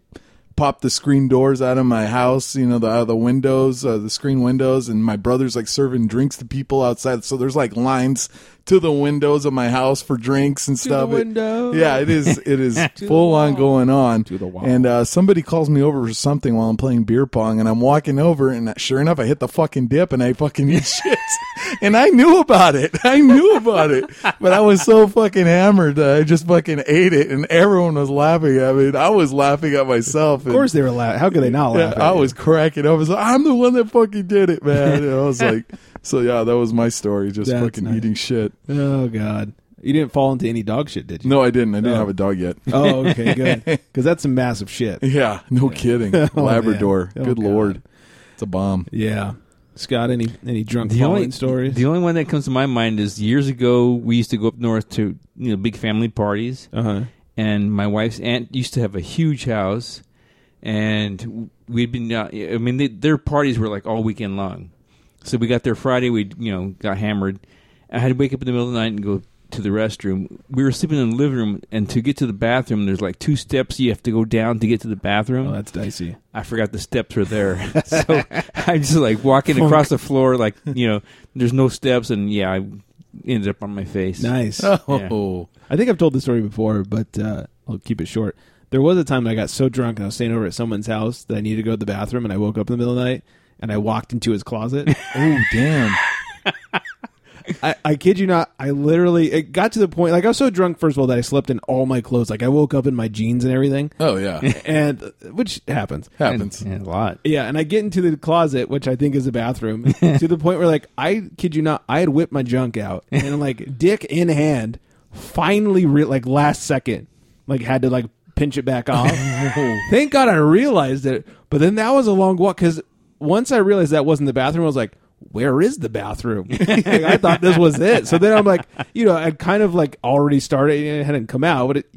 S7: popped the screen doors out of my house, you know, the out of the windows, uh, the screen windows, and my brother's like serving drinks to people outside. So there's like lines to the windows of my house for drinks and stuff. It-
S5: window.
S7: yeah, it is. It is
S5: the
S7: full on
S5: wall.
S7: going on.
S5: To the wall.
S7: And uh, somebody calls me over for something while I'm playing beer pong, and I'm walking over, and sure enough, I hit the fucking dip, and I fucking eat shit. and I knew about it. I knew about it, but I was so fucking hammered that I just fucking ate it, and everyone was laughing at me. and I was laughing at myself.
S5: Of course they were laughing. How could they not laugh? at
S7: I
S5: you?
S7: was cracking up. I was like, I'm the one that fucking did it, man. And I was like, so yeah, that was my story. Just
S5: That's
S7: fucking
S5: nice.
S7: eating shit.
S5: Oh God, you didn't fall into any dog shit, did you?
S7: No, I didn't. I didn't
S5: Oh.
S7: have a dog yet.
S5: Oh, okay, good. Because that's some massive shit.
S7: Yeah, no kidding.
S5: Oh,
S7: Labrador.
S5: man. Oh,
S7: Good
S5: God.
S7: lord. It's a bomb.
S5: Yeah. Scott, any any drunk
S6: The
S5: falling
S6: only
S5: stories?
S6: The only one that comes to my mind is years ago we used to go up north to you know big family parties,
S5: uh huh.
S6: and my wife's aunt used to have a huge house, and we'd been. Uh, I mean, they, their parties were like all weekend long, so we got there Friday. We you know got hammered. I had to wake up in the middle of the night and go to the restroom. We were sleeping in the living room, and to get to the bathroom, there's like two steps you have to go down to get to the bathroom.
S5: Oh, that's dicey.
S6: I forgot the steps were there. so I'm just like walking across the floor, like, you know, there's no steps. And yeah, I ended up on my face.
S5: Nice.
S7: Oh.
S5: I think I've told this story before, but uh, I'll keep it short. There was a time that I got so drunk and I was staying over at someone's house that I needed to go to the bathroom, and I woke up in the middle of the night and I walked into his closet.
S7: Oh, damn.
S5: I, I kid you not. I literally it got to the point like I was so drunk first of all that I slept in all my clothes. Like I woke up in my jeans and everything,
S7: Oh, yeah.
S5: and uh, which happens.
S7: Happens.
S6: Yeah, a lot.
S5: Yeah, and I get into the closet, which I think is a bathroom, to the point where like I kid you not, I had whipped my junk out and like dick in hand, finally re- like last second, like had to like pinch it back off. Thank God I realized it, but then that was a long walk because once I realized that wasn't the bathroom, I was like. Where is the bathroom? Like, I thought this was it. So then I'm like, you know, I kind of like already started and it hadn't come out, but it,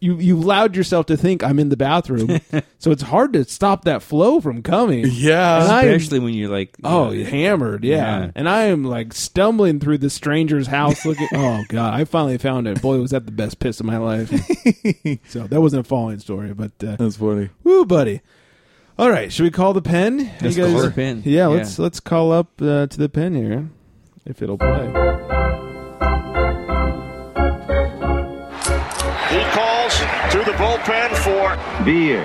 S5: you you allowed yourself to think I'm in the bathroom, so it's hard to stop that flow from coming.
S7: Yeah.
S5: And I am-
S6: Especially when you're like,
S5: oh hammered, yeah.
S6: Yeah.
S5: And I am like stumbling through the stranger's house, looking. oh god, I finally found it. Boy, was that the best piss of my life. so that wasn't a falling story, but uh,
S7: That's funny.
S5: woo, buddy. All right, should we call the pen?
S6: Let's call the pen.
S5: Yeah,
S6: Yeah.
S5: let's let's call up uh, to the pen here if it'll play.
S8: He calls to the bullpen for
S3: Beer.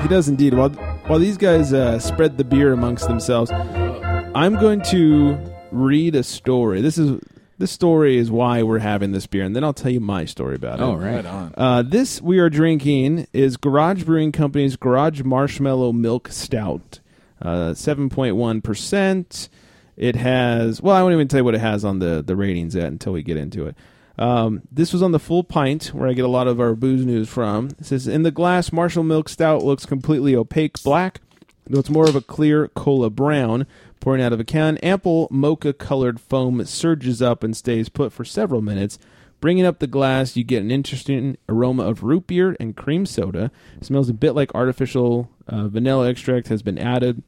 S5: He does indeed. While while these guys uh, spread the beer amongst themselves, I'm going to read a story. This is this story is why we're having this beer, and then I'll tell you my story about it.
S6: Oh, right.
S7: on.
S5: Uh, this we are drinking is Garage Brewing Company's Garage Marshmallow Milk Stout, Uh, seven point one percent. It has well, I won't even tell you what it has on the the ratings yet until we get into it. Um, this was on the full pint where I get a lot of our booze news from. It says in the glass, Marshall Milk Stout looks completely opaque black, though it's more of a clear cola brown. Pouring out of a can, ample mocha colored foam surges up and stays put for several minutes. Bringing up the glass, you get an interesting aroma of root beer and cream soda. smells a bit like artificial uh, vanilla extract has been added.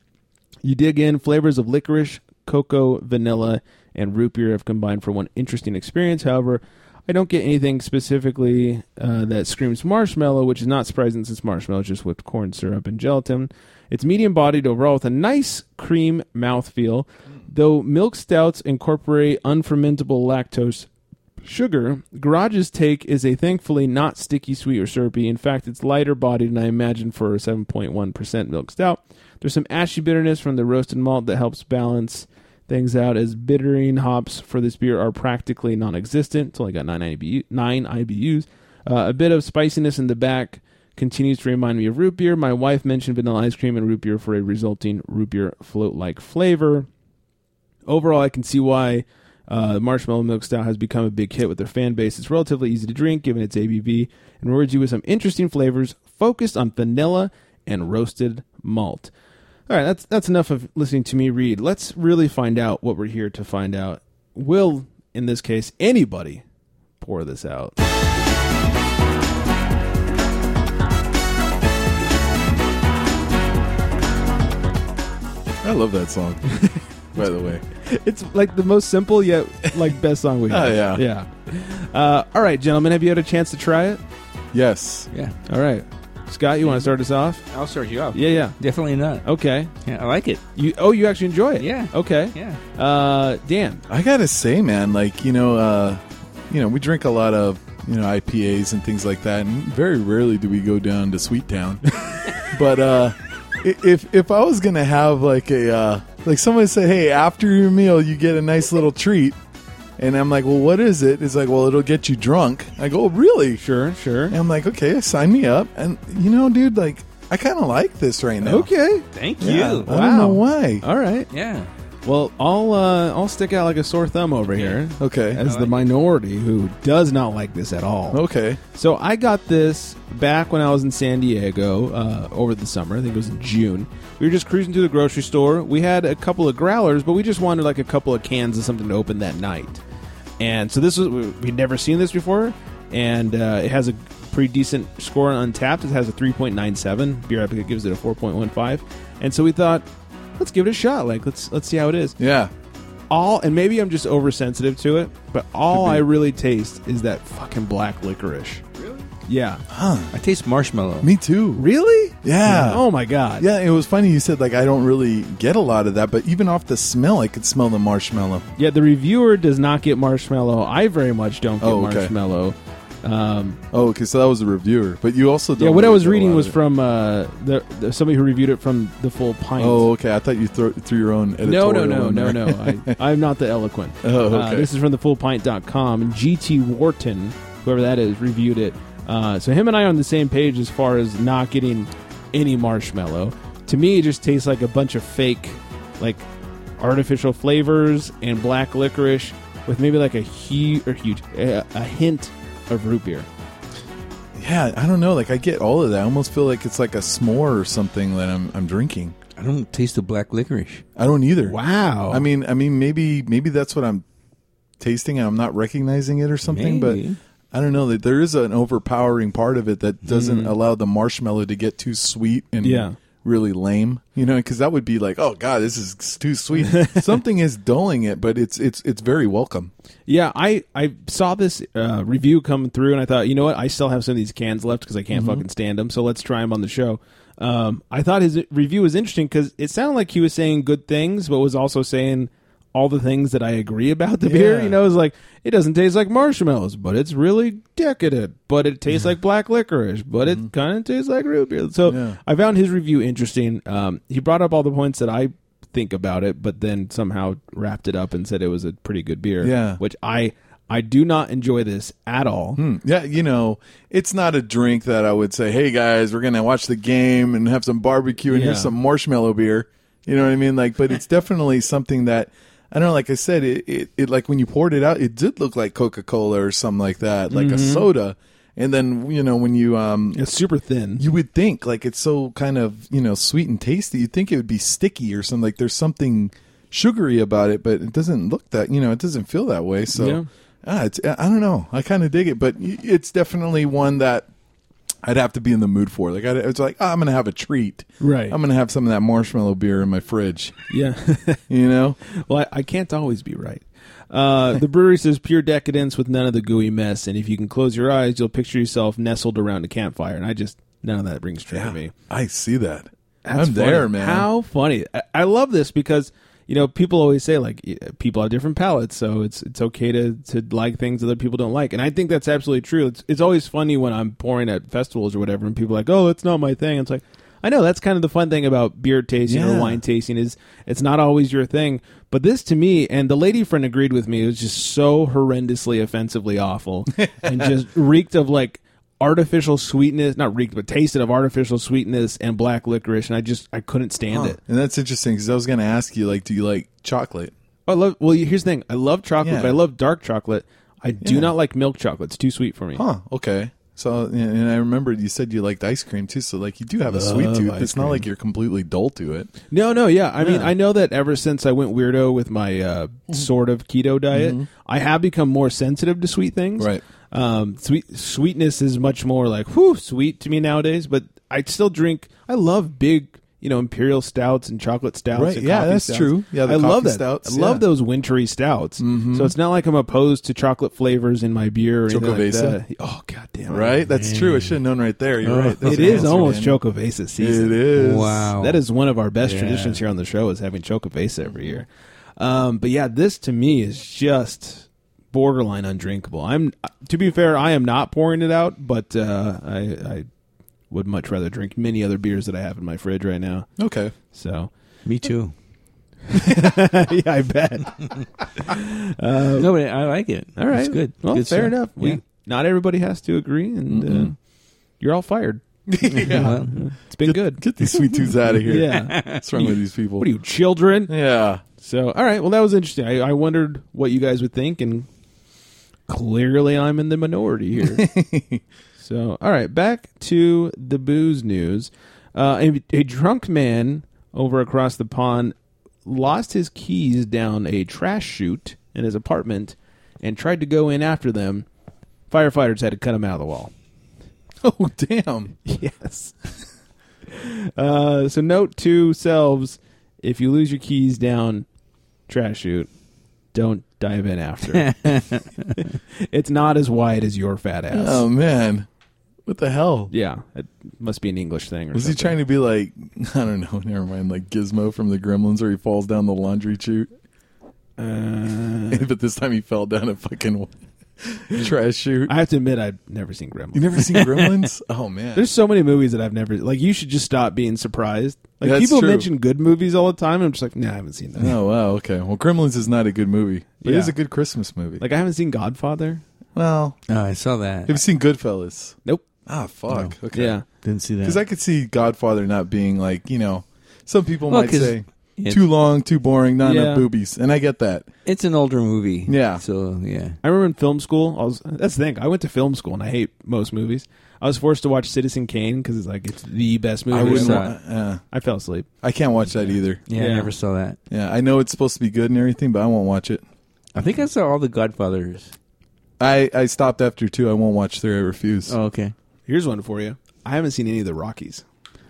S5: You dig in, flavors of licorice, cocoa, vanilla, and root beer have combined for one interesting experience. However, I don't get anything specifically uh, that screams marshmallow, which is not surprising since marshmallow is just whipped corn syrup and gelatin. It's medium bodied overall with a nice cream mouthfeel, though milk stouts incorporate unfermentable lactose sugar, Garage's take is a thankfully not sticky, sweet, or syrupy. In fact, it's lighter bodied than I imagined for a 7.1% milk stout. There's some ashy bitterness from the roasted malt that helps balance things out, as bittering hops for this beer are practically non existent. It's only got 9, IBU, nine IBUs. Uh, a bit of spiciness in the back continues to remind me of root beer. My wife mentioned vanilla ice cream and root beer for a resulting root beer float like flavor overall, I can see why uh, marshmallow milk stout has become a big hit with their fan base. It's relatively easy to drink given its ABV and rewards you with some interesting flavors focused on vanilla and roasted malt. All right, that's that's enough of listening to me read. Let's really find out what we're here to find out. Will in this case anybody pour this out?
S7: I love that song, by the way.
S5: It's like the most simple yet like best song we have.
S7: Oh, yeah.
S5: yeah. Uh, all right, gentlemen, have you had a chance to try it?
S7: Yes.
S6: Yeah.
S5: All right. Scott, you want to start us off?
S6: Mm-hmm. I'll start you off.
S5: Yeah, yeah.
S6: Definitely not.
S5: Okay.
S6: Yeah, I like it.
S5: You oh, you actually enjoy it?
S6: Yeah.
S5: Okay.
S6: Yeah.
S5: Uh, Dan.
S7: I gotta say, man, like you know, uh, you know, we drink a lot of you know IPAs and things like that, and very rarely do we go down to Sweet Town. but uh, i- if if I was gonna have like a uh, like someone said, hey, after your meal, you get a nice little treat, and I'm like, well, what is it? It's like, well, it'll get you drunk. I go, oh, really?
S5: Sure, sure.
S7: And I'm like, okay, sign me up. And you know, dude, like, I kind of like this right now.
S5: Okay.
S6: Thank
S7: Yeah,
S6: you.
S7: I don't know
S5: Wow. Uh,
S7: why.
S5: All right.
S6: Yeah.
S5: Well, I'll uh, I'll stick out like a sore thumb over here
S7: Okay.
S5: as the minority who does not like this at all.
S7: Okay.
S5: So I got this back when I was in San Diego uh, over the summer. I think it was in June. We were just cruising through the grocery store. We had a couple of growlers, but we just wanted like a couple of cans of something to open that night. And so this was we- we'd never seen this before, and uh, it has a pretty decent score on Untapped. It has a three point nine seven. Beer Advocate gives it a four point one five. And so we thought, let's give it a shot. Like let's let's see how it is
S7: Yeah.
S5: all and maybe I'm just oversensitive to it, but all I really taste is that fucking black licorice. Really? Yeah.
S6: I taste marshmallow.
S7: Me too.
S5: Really?
S7: Yeah.
S5: Oh my god.
S7: Yeah, it was funny you said like I don't really get a lot of that, but even off the smell, I could smell the marshmallow.
S5: Yeah, the reviewer does not get marshmallow. I very much don't get
S7: Oh, okay.
S5: marshmallow. Um,
S7: Oh, okay, so that was a reviewer, but you also don't
S5: yeah, what
S7: really
S5: I was
S7: get a
S5: reading
S7: lot
S5: was
S7: of it.
S5: from uh, the, the somebody who reviewed it from the full pint.
S7: Oh, okay. I thought you thro- threw your own
S5: no,
S7: editorial.
S5: no, no,
S7: in
S5: no,
S7: there.
S5: no. I, I'm not the eloquent.
S7: Oh,
S5: Uh,
S7: okay.
S5: this is from thefullpint.com. And GT Wharton, whoever that is, reviewed it. Uh, so him and I are on the same page as far as not getting any marshmallow. To me, it just tastes like a bunch of fake, like artificial flavors and black licorice with maybe like a huge or huge uh, a hint of root beer.
S7: yeah, I don't know. Like I get all of that. I almost feel like it's like a s'more or something that I'm I'm drinking.
S6: I don't taste the black licorice.
S7: I don't either.
S5: Wow.
S7: I mean, I mean, maybe maybe that's what I'm tasting and I'm not recognizing it or something.
S6: Maybe.
S7: But I don't know that there is an overpowering part of it that doesn't allow the marshmallow to get too sweet and
S5: Mm. Yeah.
S7: really lame. You know, because that would be like, oh god, this is too sweet. something is dulling it, but it's it's it's very welcome.
S5: Yeah, I, I saw this uh, review come through, and I thought, you know what? I still have some of these cans left because I
S7: Mm-hmm.
S5: can't fucking stand them. So let's try them on the show. Um, I thought his review was interesting because it sounded like he was saying good things, but was also saying all the things that I agree about the beer.
S7: Yeah.
S5: You know, it's like it doesn't taste like marshmallows, but it's really decadent. But it tastes like black licorice, but it kind of tastes like root beer. So
S7: Mm-hmm. Yeah.
S5: I found his review interesting. Um, he brought up all the points that I think about it, but then somehow wrapped it up and said it was a pretty good beer
S7: Yeah. Hmm.
S5: which I I do not enjoy this at all.
S7: Mm, Yeah, you know, it's not a drink that I would say, "Hey guys, we're gonna watch the game and have some barbecue and here's
S5: Yeah.
S7: some marshmallow beer." You know what I mean? Like, but it's definitely something that I don't know. Like I said, it, it, it like when you poured it out, it did look like Coca Cola or something like that, like a soda. And then you know when you um
S5: It's super thin.
S7: you would think like it's so kind of you know sweet and tasty you'd think it would be sticky or something like there's something sugary about it but it doesn't look that you know it doesn't feel that way so
S5: Yeah.
S7: ah, it's, i don't know i kind of dig it but y- it's definitely one that i'd have to be in the mood for like I, it's like ah, i'm gonna have a treat
S5: Right.
S7: i'm gonna have some of that marshmallow beer in my fridge
S5: yeah.
S7: you know
S5: well, I, I can't always be right. Uh, the brewery says pure decadence with none of the gooey mess, and if you can close your eyes, you'll picture yourself nestled around a campfire. And I just none of that brings joy to me.
S7: i see that
S5: That's
S7: i'm there
S5: funny.
S7: man
S5: How funny! I, I love this because you know people always say like y- people have different palates, so it's it's okay to to like things other people don't like, and I think that's absolutely true. It's it's always funny when I'm pouring at festivals or whatever, and people are like, oh, it's not my thing. It's like. I know that's kind of the fun thing about beer tasting or
S7: Yeah.
S5: wine tasting is it's not always your thing. But this to me, and the lady friend agreed with me, it was just so horrendously offensively awful and just reeked of like artificial sweetness not reeked but tasted of artificial sweetness and black licorice and i just i couldn't stand
S7: Huh.
S5: it
S7: and that's interesting because i was gonna ask you like do you like chocolate
S5: i love well here's the thing i love chocolate
S7: Yeah.
S5: but i love dark chocolate i do
S7: Yeah.
S5: not like milk chocolate it's too sweet for me
S7: Huh. Okay. So, and- and I remembered you said you liked ice cream too. So, like, you do have a sweet
S5: Love
S7: tooth.
S5: ice
S7: It's not like you're completely dull to it.
S5: no no yeah i mean i know that ever since i went weirdo with my uh,
S7: Mm-hmm.
S5: sort of keto diet i have become more sensitive to sweet things
S7: Right.
S5: um sweet sweetness is much more like whew sweet to me nowadays but i still drink i love big you know imperial stouts and chocolate stouts.
S7: Right,
S5: and
S7: yeah,
S5: coffee
S7: that's
S5: stouts.
S7: true. Yeah, the
S5: I love
S7: coffee
S5: that.
S7: stouts,
S5: I love
S7: yeah. Mm-hmm.
S5: those wintry stouts. So it's not like I'm opposed to chocolate flavors in my beer. Or anything like
S7: Chocovesa?
S5: that. Oh god damn it!
S7: Right? That's true. I should have known right there. You're right. That's
S5: it
S7: the
S5: is
S7: answer,
S5: almost
S7: man.
S5: Chocovesa
S7: It
S5: season.
S7: is.
S6: Wow.
S5: That is one of our best
S7: Yeah.
S5: traditions here on the show is having Chocovesa every year. Um, but yeah, this to me is just borderline undrinkable. I'm to be fair, I am not pouring it out, but uh, I, I would much rather drink many other beers that I have in my fridge right now.
S7: Okay.
S5: So
S6: Me too.
S5: yeah, I bet.
S6: no, but I like it.
S5: All right,
S6: It's good.
S5: Well,
S6: Good
S5: fair
S6: stuff.
S5: enough. We
S6: Yeah.
S5: not everybody has to agree, and uh, you're all fired.
S6: Well,
S5: It's been good.
S7: Get these sweet tooths out of here.
S5: yeah.
S7: What's wrong with these people?
S5: What are you children?
S7: Yeah.
S5: So, all right. Well, that was interesting. I, I wondered what you guys would think, and clearly I'm in the minority here. so, all right. Back to the booze news. Uh, a, a drunk man over across the pond lost his keys down a trash chute in his apartment and tried to go in after them. Firefighters had to cut him out of the wall.
S7: Oh, damn.
S5: Yes. uh, so note to selves: if you lose your keys down trash chute, don't dive in after. it's not as wide as your fat ass.
S7: Oh, man. What the hell?
S5: yeah, it must be an English thing. Or
S7: Was he trying to be like, I don't know, never mind, like Gizmo from the Gremlins where he falls down the laundry chute?
S5: Uh,
S7: but this time he fell down a fucking trash chute.
S5: I have to admit, I've never seen Gremlins.
S7: You never seen Gremlins? Oh, man.
S5: There's so many movies that I've never like. You should just stop being surprised. Like
S7: That's
S5: people
S7: true.
S5: mention good movies all the time. And I'm just like, nah, I haven't seen that.
S7: Oh, wow. Okay. Well, Gremlins is not a good movie, but it is
S5: Yeah.
S7: a good Christmas movie.
S5: Like I haven't seen Godfather.
S7: well,
S6: oh, I saw that.
S7: have you seen Goodfellas?
S5: Nope.
S7: Ah, fuck. Okay.
S5: Yeah.
S6: Didn't see
S7: Because I could see Godfather not being like, you know, some people
S6: Well,
S7: might
S6: 'cause
S7: say
S6: it's-
S7: too long, too boring, not
S5: Yeah.
S7: enough boobies. And I get that.
S6: It's an older movie.
S7: Yeah.
S6: So yeah.
S5: I remember in film school, I was that's the thing. I went to film school and I hate most movies. I was forced to watch Citizen Kane because it's like it's the best movie.
S7: I
S5: I've
S7: wouldn't.
S5: ever
S6: saw
S5: seen.
S7: wa- uh,
S5: I fell asleep.
S7: I can't watch that either.
S6: yeah,
S5: Yeah.
S6: I never saw that.
S7: Yeah, I know it's supposed to be good and everything, but I won't watch it.
S6: I think I saw all the Godfathers.
S7: I, I stopped after two. I won't watch three. I refuse.
S6: Oh, okay.
S5: Here's one for you. I haven't seen any of the Rockies.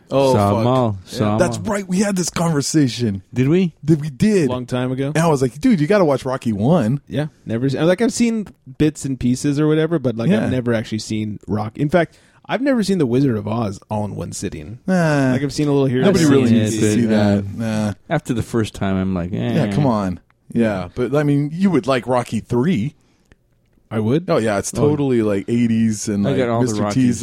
S7: Oh,
S6: saw 'em
S7: fuck.
S6: all. Saw 'em
S7: That's
S6: all.
S7: right. We had this conversation.
S6: Did we?
S7: Did we did?
S5: Long time ago.
S7: and I was like, dude, you got to watch Rocky One.
S5: Yeah, never. seen- Like I've seen bits and pieces or whatever, but like
S7: Yeah.
S5: I've never actually seen Rock. In fact, I've never seen The Wizard of Oz all in one sitting.
S7: Nah,
S5: Like I've seen a little here.
S7: nobody
S5: and
S7: really
S5: there.
S6: seen
S7: needs
S6: it,
S7: to
S6: but,
S7: see
S6: uh,
S7: that. Nah.
S6: After the first time, I'm like, eh.
S7: Yeah, come on. Yeah, but I mean, you would like Rocky Three.
S5: I would.
S7: Oh yeah, it's totally like '80s and
S6: I
S7: like
S6: got all the
S7: Mr. T's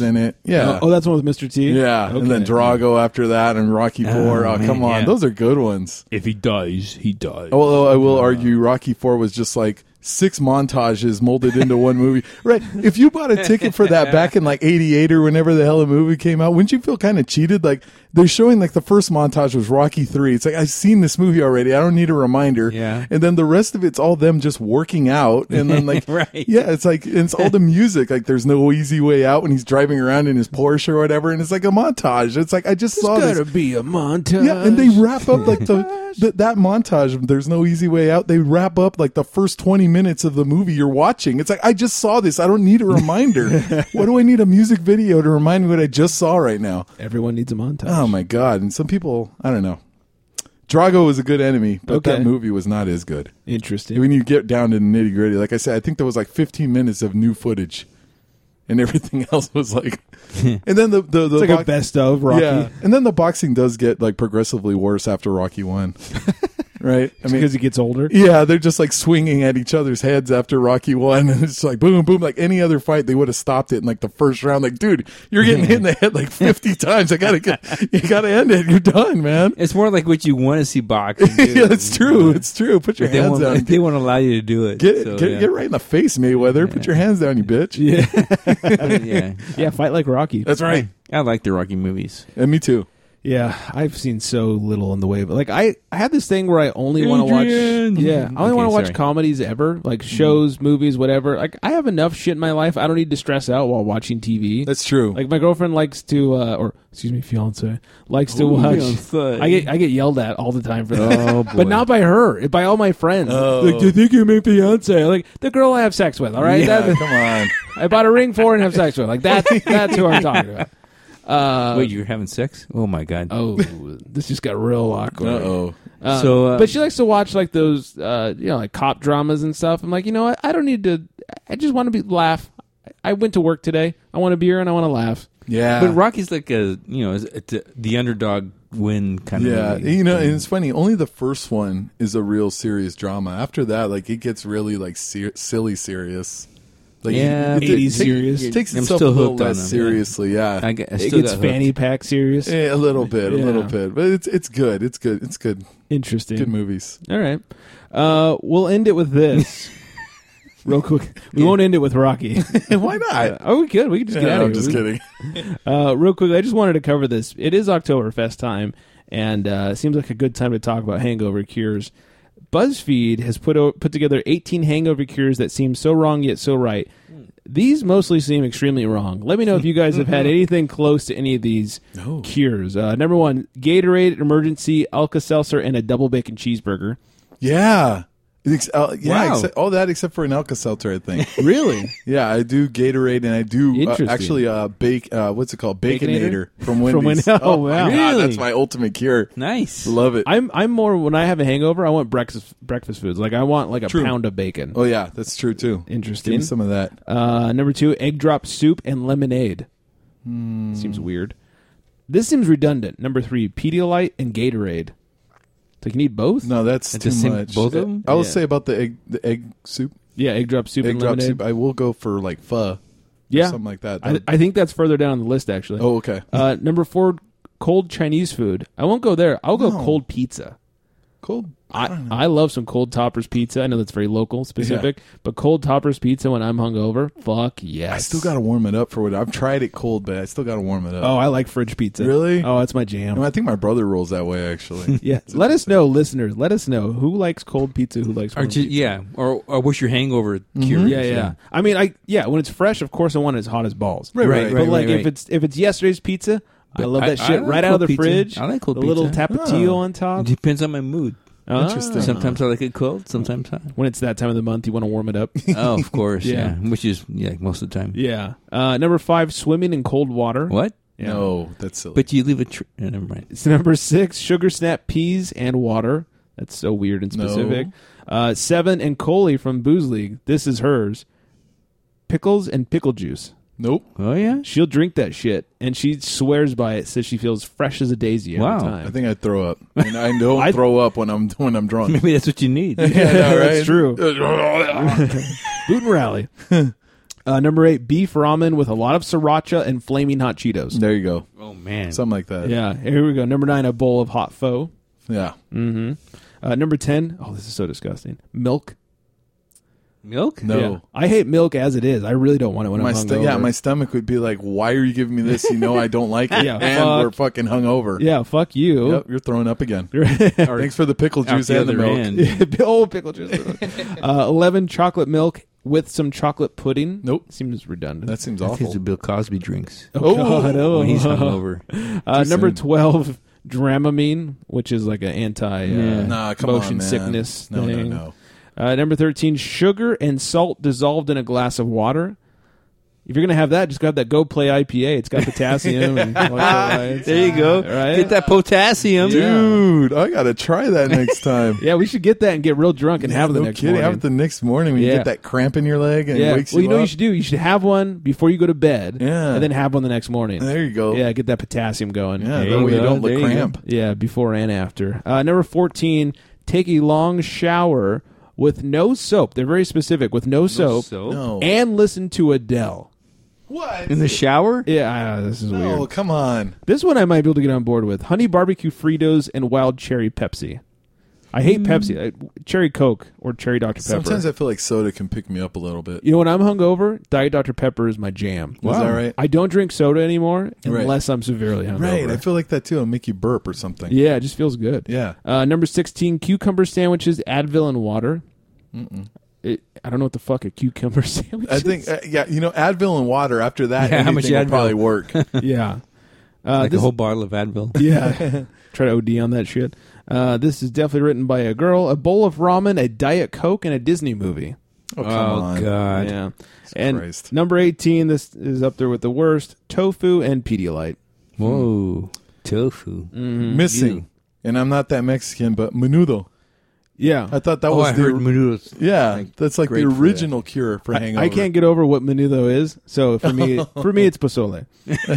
S6: Rockies.
S7: in it. Yeah.
S5: Oh, that's one with Mr. T.
S7: yeah, and then
S5: Okay.
S7: Drago after that, and Rocky Four. Oh,
S6: man,
S7: come on,
S6: yeah.
S7: those are good ones.
S6: If he dies, he dies.
S7: Although Oh, I will argue, Rocky Four was just like six montages molded into one movie. Right? If you bought a ticket for that back in like '88 or whenever the hell the movie came out, wouldn't you feel kind of cheated? Like they're showing like the first montage was Rocky Three. It's like I've seen this movie already. I don't need a reminder.
S6: Yeah.
S7: And then the rest of it's all them just working out, and then like
S6: Right.
S7: yeah, it's like and it's all the music. Like there's no easy way out when he's driving around in his Porsche or whatever, and it's like a montage. It's like I just saw this.
S5: Gotta be a montage.
S7: Yeah, and they wrap up like the, th- that montage. of There's no easy way out. They wrap up like the first twenty minutes of the movie you're watching. It's like I just saw this. I don't need a reminder. what do I need a music video to remind me what I just saw right now?
S5: Everyone needs a montage.
S7: Oh my god! And some people, I don't know. Drago was a good enemy, but that
S5: Okay.
S7: movie was not as good.
S5: Interesting.
S7: When you get down to the nitty gritty, like I said, I think there was like 15 minutes of new footage, and everything else was like. and then the the, the
S5: It's like a
S7: box-
S5: best of Rocky.
S7: yeah, and then the boxing does get like progressively worse after Rocky One, right? I mean,
S5: because he gets older.
S7: yeah, they're just like swinging at each other's heads after Rocky One, and it's like boom, boom. Like any other fight, they would have stopped it in like the first round. Like, dude, you're getting hit in the head like 50 times. I gotta get, you gotta end it. You're done, man.
S6: It's more like what you want to see boxing. do.
S7: yeah, it's true. It's true. Put your
S6: But they
S7: hands
S6: won't,
S7: down.
S6: they won't allow you to do it.
S7: Get,
S6: so,
S7: get,
S6: yeah.
S7: get right in the face, Mayweather. Put your hands down, you bitch.
S6: yeah.
S5: Yeah, fight like Rocky.
S7: That's right.
S6: I like the Rocky movies.
S7: And me too.
S5: Yeah, I've seen so little in the way, but like I, I had this thing where I only want to watch.
S6: Adrian!
S5: Yeah, I only
S6: Okay,
S5: want to watch
S6: sorry.
S5: comedies ever,
S7: Mm-hmm.
S5: like shows, movies, whatever. Like I have enough shit in my life. I don't need to stress out while watching TV.
S7: That's true.
S5: like my girlfriend likes to, uh, or excuse me, fiance likes to watch.
S6: fiancé.
S5: I get I get yelled at all the time for that,
S7: Oh, boy. Oh.
S5: but not by her, by all my friends. Like, do you think you're my fiance? Like the girl I have sex with. All right,
S7: yeah,
S5: That-
S7: come on.
S5: I bought a ring for and have sex with. Like that. That's who I'm talking about. Uh,
S6: Wait, you're having sex? Oh my god.
S5: oh, this just got real awkward.
S7: Uh-oh.
S5: Uh,
S6: So, uh,
S5: but she likes to watch like those, uh, you know, like cop dramas and stuff. I'm like, you know what? I don't need to. I just want to be laugh. I went to work today. I want a beer and I want to laugh.
S7: Yeah.
S5: uh,
S6: But Rocky's like a you know is- it's a- the underdog win kind
S7: Yeah,
S6: of movie.
S7: you know, and it's funny. Only the first one is a real serious drama. After that, like it gets really like ser- silly serious. Like,
S6: Yeah,
S7: it, it
S5: 80s
S7: take-
S5: serious.
S7: It takes
S6: I'm
S7: itself
S6: still
S7: a little
S6: hooked on
S7: less
S6: them, yeah.
S7: seriously. Yeah,
S6: I, get- I
S5: It
S6: still
S5: gets
S6: got hooked.
S5: fanny pack serious.
S7: Yeah, a little bit, a little
S5: Yeah.
S7: bit, but it's it's good. It's good. It's good.
S5: Interesting.
S7: Good movies.
S5: All right. Uh, we'll end it with this. Real quick, we won't end it with Rocky.
S7: Why not?
S5: oh, we could. We could just get
S7: Yeah,
S5: out of
S7: I'm
S5: here.
S7: just
S5: We-
S7: kidding.
S5: Uh, real quick, I just wanted to cover this. It is Oktoberfest time, and uh, it seems like a good time to talk about hangover cures. BuzzFeed has put o- put together 18 hangover cures that seem so wrong yet so right. These mostly seem extremely wrong. Let me know if you guys have had anything close to any of these cures. Uh, number one, Gatorade emergency Alka Seltzer and a double bacon cheeseburger.
S7: Yeah. Ex- uh, yeah,
S6: Wow.
S7: except- all that except for an Alka-Seltzer, I think.
S5: Really?
S7: yeah, I do Gatorade, and I do uh,
S5: Interesting.
S7: actually uh, bake. Uh, what's it called? Baconator, from
S5: From
S7: Wendy's.
S5: Wen- oh,
S7: my
S5: wow.
S7: God,
S5: Really?
S7: that's my ultimate cure.
S6: Nice.
S7: Love it.
S5: I'm I'm more when I have a hangover, I want breakfast breakfast foods. Like I want like a
S7: True.
S5: pound of bacon.
S7: oh yeah, that's true too.
S5: Interesting.
S7: Give me some of that.
S5: Uh, number two, egg drop soup and lemonade.
S7: Hmm.
S5: Seems weird. This seems redundant. Number three, Pedialyte and Gatorade. So you need both?
S7: No, that's
S6: It's
S7: too
S6: the same-
S7: much. Uh,
S6: both of them?
S7: I will
S5: Yeah.
S7: say about the egg, the egg soup,
S5: Yeah, egg drop soup
S7: egg
S5: and
S7: drop
S5: lemonade.
S7: soup. I will go for like pho,
S5: yeah,
S7: something like that.
S5: I, I think that's further down the list actually.
S7: oh, okay.
S5: Uh, number four, cold Chinese food. I won't go there. I'll go
S7: No.
S5: cold pizza.
S7: Cold.
S5: I, I love some cold toppers pizza. I know that's very local specific, but cold toppers pizza when I'm hungover, fuck yes.
S7: I still got to warm it up for what I've tried it cold, but I still got to warm it up.
S5: Oh, I like fridge pizza.
S7: Really?
S5: Oh, that's my jam.
S7: No, I think my brother rolls that way actually.
S5: Yeah. Let us know, listeners. Let us know who likes cold pizza, who likes
S6: Or
S5: warm
S6: ju-
S5: pizza.
S6: yeah, or, or what's your hangover
S7: Mm-hmm.
S6: cure?
S5: Yeah, yeah. I mean, I yeah. When it's fresh, of course, I want it as hot as balls.
S7: Right, right,
S5: But
S7: right,
S5: like,
S6: right, right.
S5: if it's if it's yesterday's pizza, I love
S6: I-
S5: that shit
S6: I like
S5: right out of the
S6: cold pizza.
S5: fridge.
S6: I like cold
S5: the little
S6: pizza.
S5: tapatio
S7: Oh.
S5: on top.
S6: It depends on my mood.
S5: Ah.
S7: Interesting.
S6: Sometimes I like it cold. Sometimes I.
S5: When it's that time of the month, you want to warm it up.
S6: Oh, of course.
S5: Yeah.
S6: yeah. which is yeah most of the time.
S5: yeah. Uh, number five, swimming in cold water.
S6: What?
S5: Yeah.
S7: No, that's silly.
S6: But you leave a. Tr- oh, never mind.
S5: It's number six, sugar snap peas and water. That's so weird and
S7: No.
S5: specific. Uh, seven and Coley from Booze League. This is hers. Pickles and pickle juice.
S7: nope.
S6: Oh yeah.
S5: She'll drink that shit, and she swears by it. Says she feels fresh as a daisy every
S6: Wow.
S5: time.
S7: I think I'd throw up. And I don't
S5: I-
S7: throw up when I'm when I'm drunk.
S6: Maybe that's what you need.
S7: yeah,
S5: That's true.
S7: true.
S5: Boot and rally. uh, number eight, beef ramen with a lot of sriracha and flaming hot Cheetos.
S7: there you go.
S6: oh man.
S7: Something like that.
S5: Yeah, Mm-hmm. here we go. Number nine, a bowl of hot pho.
S7: Yeah.
S5: Uh, number ten, oh, this is so disgusting. Milk.
S6: Milk.
S7: No.
S5: Yeah. I hate milk as it is. I really don't want it when
S7: My
S5: I'm
S7: sto-
S5: hungover.
S7: yeah, my stomach would be like, "Why are you giving me this? You know I don't like it,
S5: Yeah,
S7: and
S5: fuck.
S7: we're fucking hungover.
S5: yeah, fuck you.
S7: Yep, you're throwing up again.
S6: Or
S7: Thanks for the pickle
S6: out
S7: juice and the
S6: other
S7: milk.
S6: end.
S5: oh, pickle juice. uh, Eleven, chocolate milk with some chocolate pudding.
S7: Nope.
S5: seems redundant.
S7: That seems
S6: That's what
S7: awful.
S6: Bill Cosby drinks
S5: oh, God, oh.
S6: when he's hungover.
S5: Uh, number
S7: soon.
S5: twelve, Dramamine, which is like an anti uh,
S6: Yeah.
S7: Nah, come
S5: motion
S7: on, man.
S5: sickness.
S7: No, no,
S5: thing.
S7: no.
S5: Uh, number thirteen, sugar and salt dissolved in a glass of water. If you're gonna have that, just go have that Go Play IPA. It's got potassium. and electrolytes.
S6: There you go.
S5: Right?
S6: Get that potassium.
S7: Dude, I gotta try that next time.
S5: Yeah, we should get that and get real drunk and have it the
S7: no
S5: next
S7: kidding.
S5: morning.
S7: Have it the next morning when
S5: Yeah.
S7: you get that cramp in your leg and
S5: yeah.
S7: it wakes
S5: well, you
S7: you,
S5: know what
S7: up.
S5: you should do. You should have one before you go to bed.
S7: Yeah.
S5: And then have one the next morning.
S7: There you go.
S5: Yeah, get that potassium going.
S7: yeah,
S6: you
S7: that way you
S6: go.
S7: don't look
S6: There you go.
S7: cramp.
S5: Yeah, before and after. Uh, number 14, take a long shower with no soap. They're very specific with no, soap,
S6: soap?
S7: No. Oh.
S5: and listen to Adele.
S7: What?
S6: In the shower?
S5: Yeah, uh, this is
S7: Oh,
S5: weird.
S7: come on.
S5: This one I might be able to get on board with. Honey barbecue Fritos and wild cherry Pepsi. I hate Pepsi. I, cherry Coke or cherry Dr. Pepper.
S7: Mm. Sometimes I feel like soda can pick me up a little bit.
S5: you know, when I'm hungover, Diet Dr. Pepper is my jam.
S7: Is that right?
S5: I don't drink soda anymore
S7: Right.
S5: unless I'm severely hungover.
S7: Right. I feel like that too. It'll make you burp or something.
S5: Yeah, it just feels good.
S7: Yeah.
S5: Uh, number 16, cucumber sandwiches, Advil, and water. It, I don't know what the fuck a cucumber sandwich
S7: I
S5: is.
S7: think, uh, yeah, you know, Advil and water after that,
S6: Yeah, how much
S7: anything will
S6: Advil?
S7: probably work. Oh,
S5: yeah. Uh,
S6: like
S5: this-
S6: a whole bottle of Advil.
S5: yeah. Try to OD on that shit. Uh, this is definitely written by a girl. A bowl of ramen, a Diet Coke, and a Disney movie.
S7: Oh, come
S6: Oh
S7: on.
S6: God!
S5: Yeah. And mm,
S7: Christ.
S5: number 18, this is up there with the worst tofu and Pedialyte.
S6: Whoa, tofu.
S7: Missing. And I'm not that Mexican, but menudo.
S5: Yeah.
S7: I thought that
S6: oh,
S7: was
S6: I
S7: the
S6: heard menudos.
S7: yeah. that's like the
S6: great for that.
S7: original cure for
S5: I,
S7: hangover.
S5: I can't get over what menudo is. So for me, for me, it's pozole.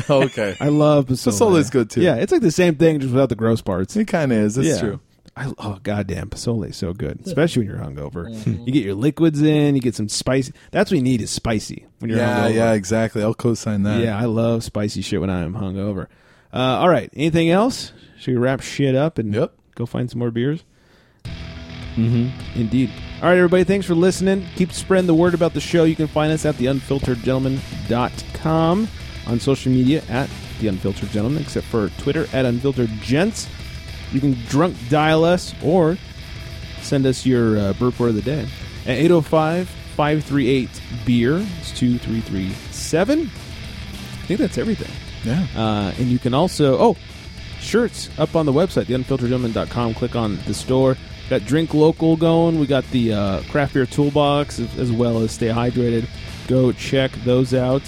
S7: okay,
S5: I love pozole.
S7: Pozole is good, too.
S5: Yeah, it's like the same thing, just without the gross parts.
S7: it kind of is. That's
S5: yeah.
S7: true.
S5: I, oh goddamn, pozole is so good, especially when you're hungover.
S7: Mm-hmm.
S5: You get your liquids in, you get some spicy. That's what you need is spicy when you're
S7: Yeah,
S5: hungover.
S7: yeah, exactly. I'll co-sign that.
S5: Yeah, I love spicy shit when I'm hungover. Uh, all right, anything else? Should we wrap shit up and
S7: Yep.
S5: go find some more beers? Mm-hmm. Indeed. All right, everybody, thanks for listening. Keep spreading the word about the show. You can find us at theunfilteredgentleman.com on social media at The Unfiltered Gentleman, except for Twitter at Unfiltered Gents. You can drunk dial us or send us your uh, burp word of the day at 805 538 beer. It's 2337. I think that's everything.
S7: Yeah.
S5: Uh, and you can also, oh, shirts up on the website, theunfilteredgentleman.com. Click on the store. Got Drink Local going. We got the uh, Craft Beer Toolbox as- as well as Stay Hydrated. Go check those out.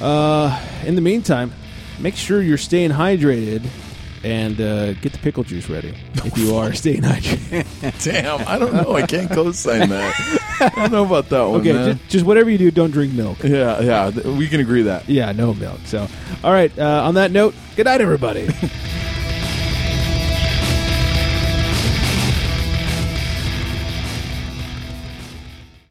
S5: Uh, in the meantime, make sure you're staying hydrated and uh, get the pickle juice ready if you are staying hydrated.
S7: Damn, I don't know. I can't co-sign that. I don't know about that one.
S5: okay,
S7: Oh, man.
S5: just, just whatever you do, don't drink milk.
S7: yeah, yeah. th- We can agree that.
S5: Yeah, no milk. So, all right. Uh, on that note, good night, everybody.